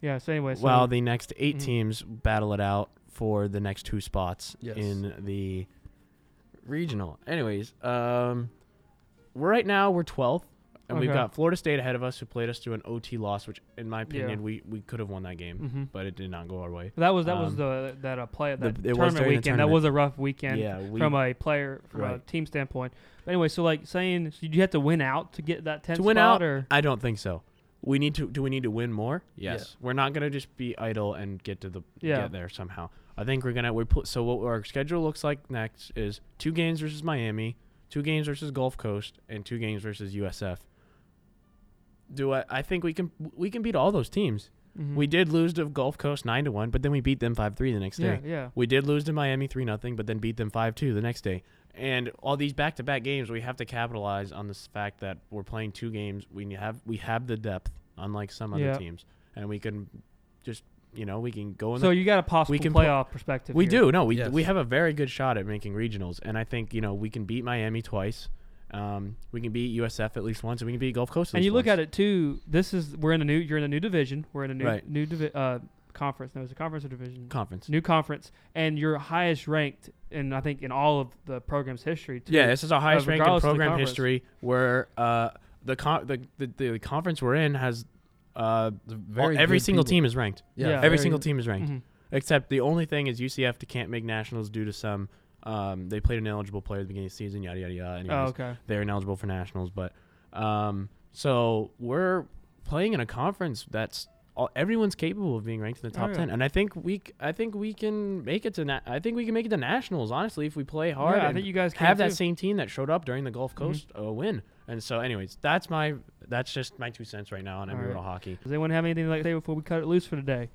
B: Yeah. So anyway, so
E: Well, the next 8
B: Mhm.
E: teams battle it out for the next two spots
D: Yes.
E: in the regional. Anyways, um, we're right now we're 12th, and we've
B: Okay.
E: got Florida State ahead of us, who played us to an OT loss, which in my
B: Yeah.
E: opinion we, we could have won that game,
B: Mhm.
E: but it did not go our way.
B: That was that was
E: Um,
B: the that uh, play that
E: the- it was
B: tournament
E: during the
B: weekend. That
E: tournament.
B: was a rough weekend
E: yeah, we
B: from a player from a
E: Right.
B: team standpoint. But anyway, so like saying, so you have to win out to get that tenth
E: to win
B: spot,
E: out.
B: or
E: I don't think so. We need to. Do we need to win more?
D: Yeah.
E: Yes. We're not gonna just be idle and get to the
B: Yeah.
E: get there somehow. I think we're gonna we put so what our schedule looks like next is two games versus Miami, two games versus Gulf Coast, and two games versus USF. Do I? I think we can we can beat all those teams.
B: Mhm.
E: We did lose to Gulf Coast nine to one, but then we beat them five three the next
B: yeah
E: day.
B: yeah
E: We did lose to Miami three nothing, but then beat them five two the next day. And all these back to back games, we have to capitalize on this fact that we're playing two games. We have we have the depth, unlike some other
B: Yeah.
E: teams, and we can just you know we can go in.
B: So
E: the,
B: you got a possible
E: can pl-
B: playoff perspective.
E: we
B: here.
E: do no we
D: Yes.
E: we have a very good shot at making regionals, and I think you know we can beat Miami twice. Um, we can beat USF at least once, and we can beat Gulf Coast. At
B: and
E: least
B: you look
E: once.
B: at it too. This is we're in a new you're in a new division. We're in a new
E: Right.
B: new divi- uh, conference. No, it's a conference or division.
E: conference.
B: new conference, and you're highest ranked, in I think in all of the program's history. Too.
E: Yeah, this is our highest ranked in
B: uh, regardless of the
E: program
B: conference.
E: history. Where uh, the, con- the the the conference we're in has uh,
D: The
E: all-
D: very
E: every
D: good
E: single
D: people.
E: team is ranked.
B: Yeah,
D: Yeah,
E: every
D: very-
E: single team is ranked,
B: Mhm.
E: except the only thing is UCF to- can't make nationals due to some. Um, they played an eligible player at the beginning of the season. Yada yada yada. Anyways,
B: Oh, okay.
E: they're ineligible for nationals, but um, so we're playing in a conference that's. All, everyone's capable of being ranked in the
B: Oh,
E: top
B: yeah.
E: ten, and I think we, c- I think we can make it to, na- I think we can make it to nationals. Honestly, if we play hard,
B: Yeah, I
E: and
B: think you guys can
E: have that
B: too.
E: same team that showed up during the Gulf
B: Mm-hmm.
E: Coast uh, win. And so, anyways, that's my that's just my two cents right now on
B: All right.
E: every little hockey.
B: Does anyone have anything to like say before we cut it loose for today?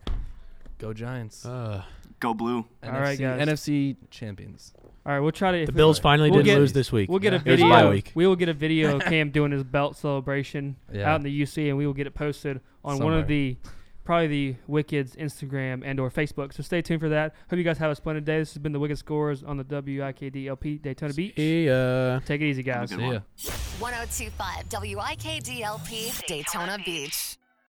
D: Go Giants.
E: Uh,
A: Go blue.
B: all right,
D: NFC
B: guys.
D: NFC champions.
B: All right, we'll try to. if
E: the
B: we-
E: Bills finally
B: We'll
E: did
B: get-
E: lose this week.
B: We'll get a
D: Yeah. It was
B: video.
E: bye week.
B: We will get a video of Cam doing his belt celebration
D: Yeah.
B: out in the UC, and we will get it posted on one
D: Somewhere.
B: of the probably the Wicked's Instagram and or Facebook. So stay tuned for that. Hope you guys have a splendid day. This has been the Wicked Scores on the WIKDLP Daytona Beach.
E: Yeah.
B: Take it easy, guys.
A: Good one.
F: 1025 WIKDLP Daytona Beach.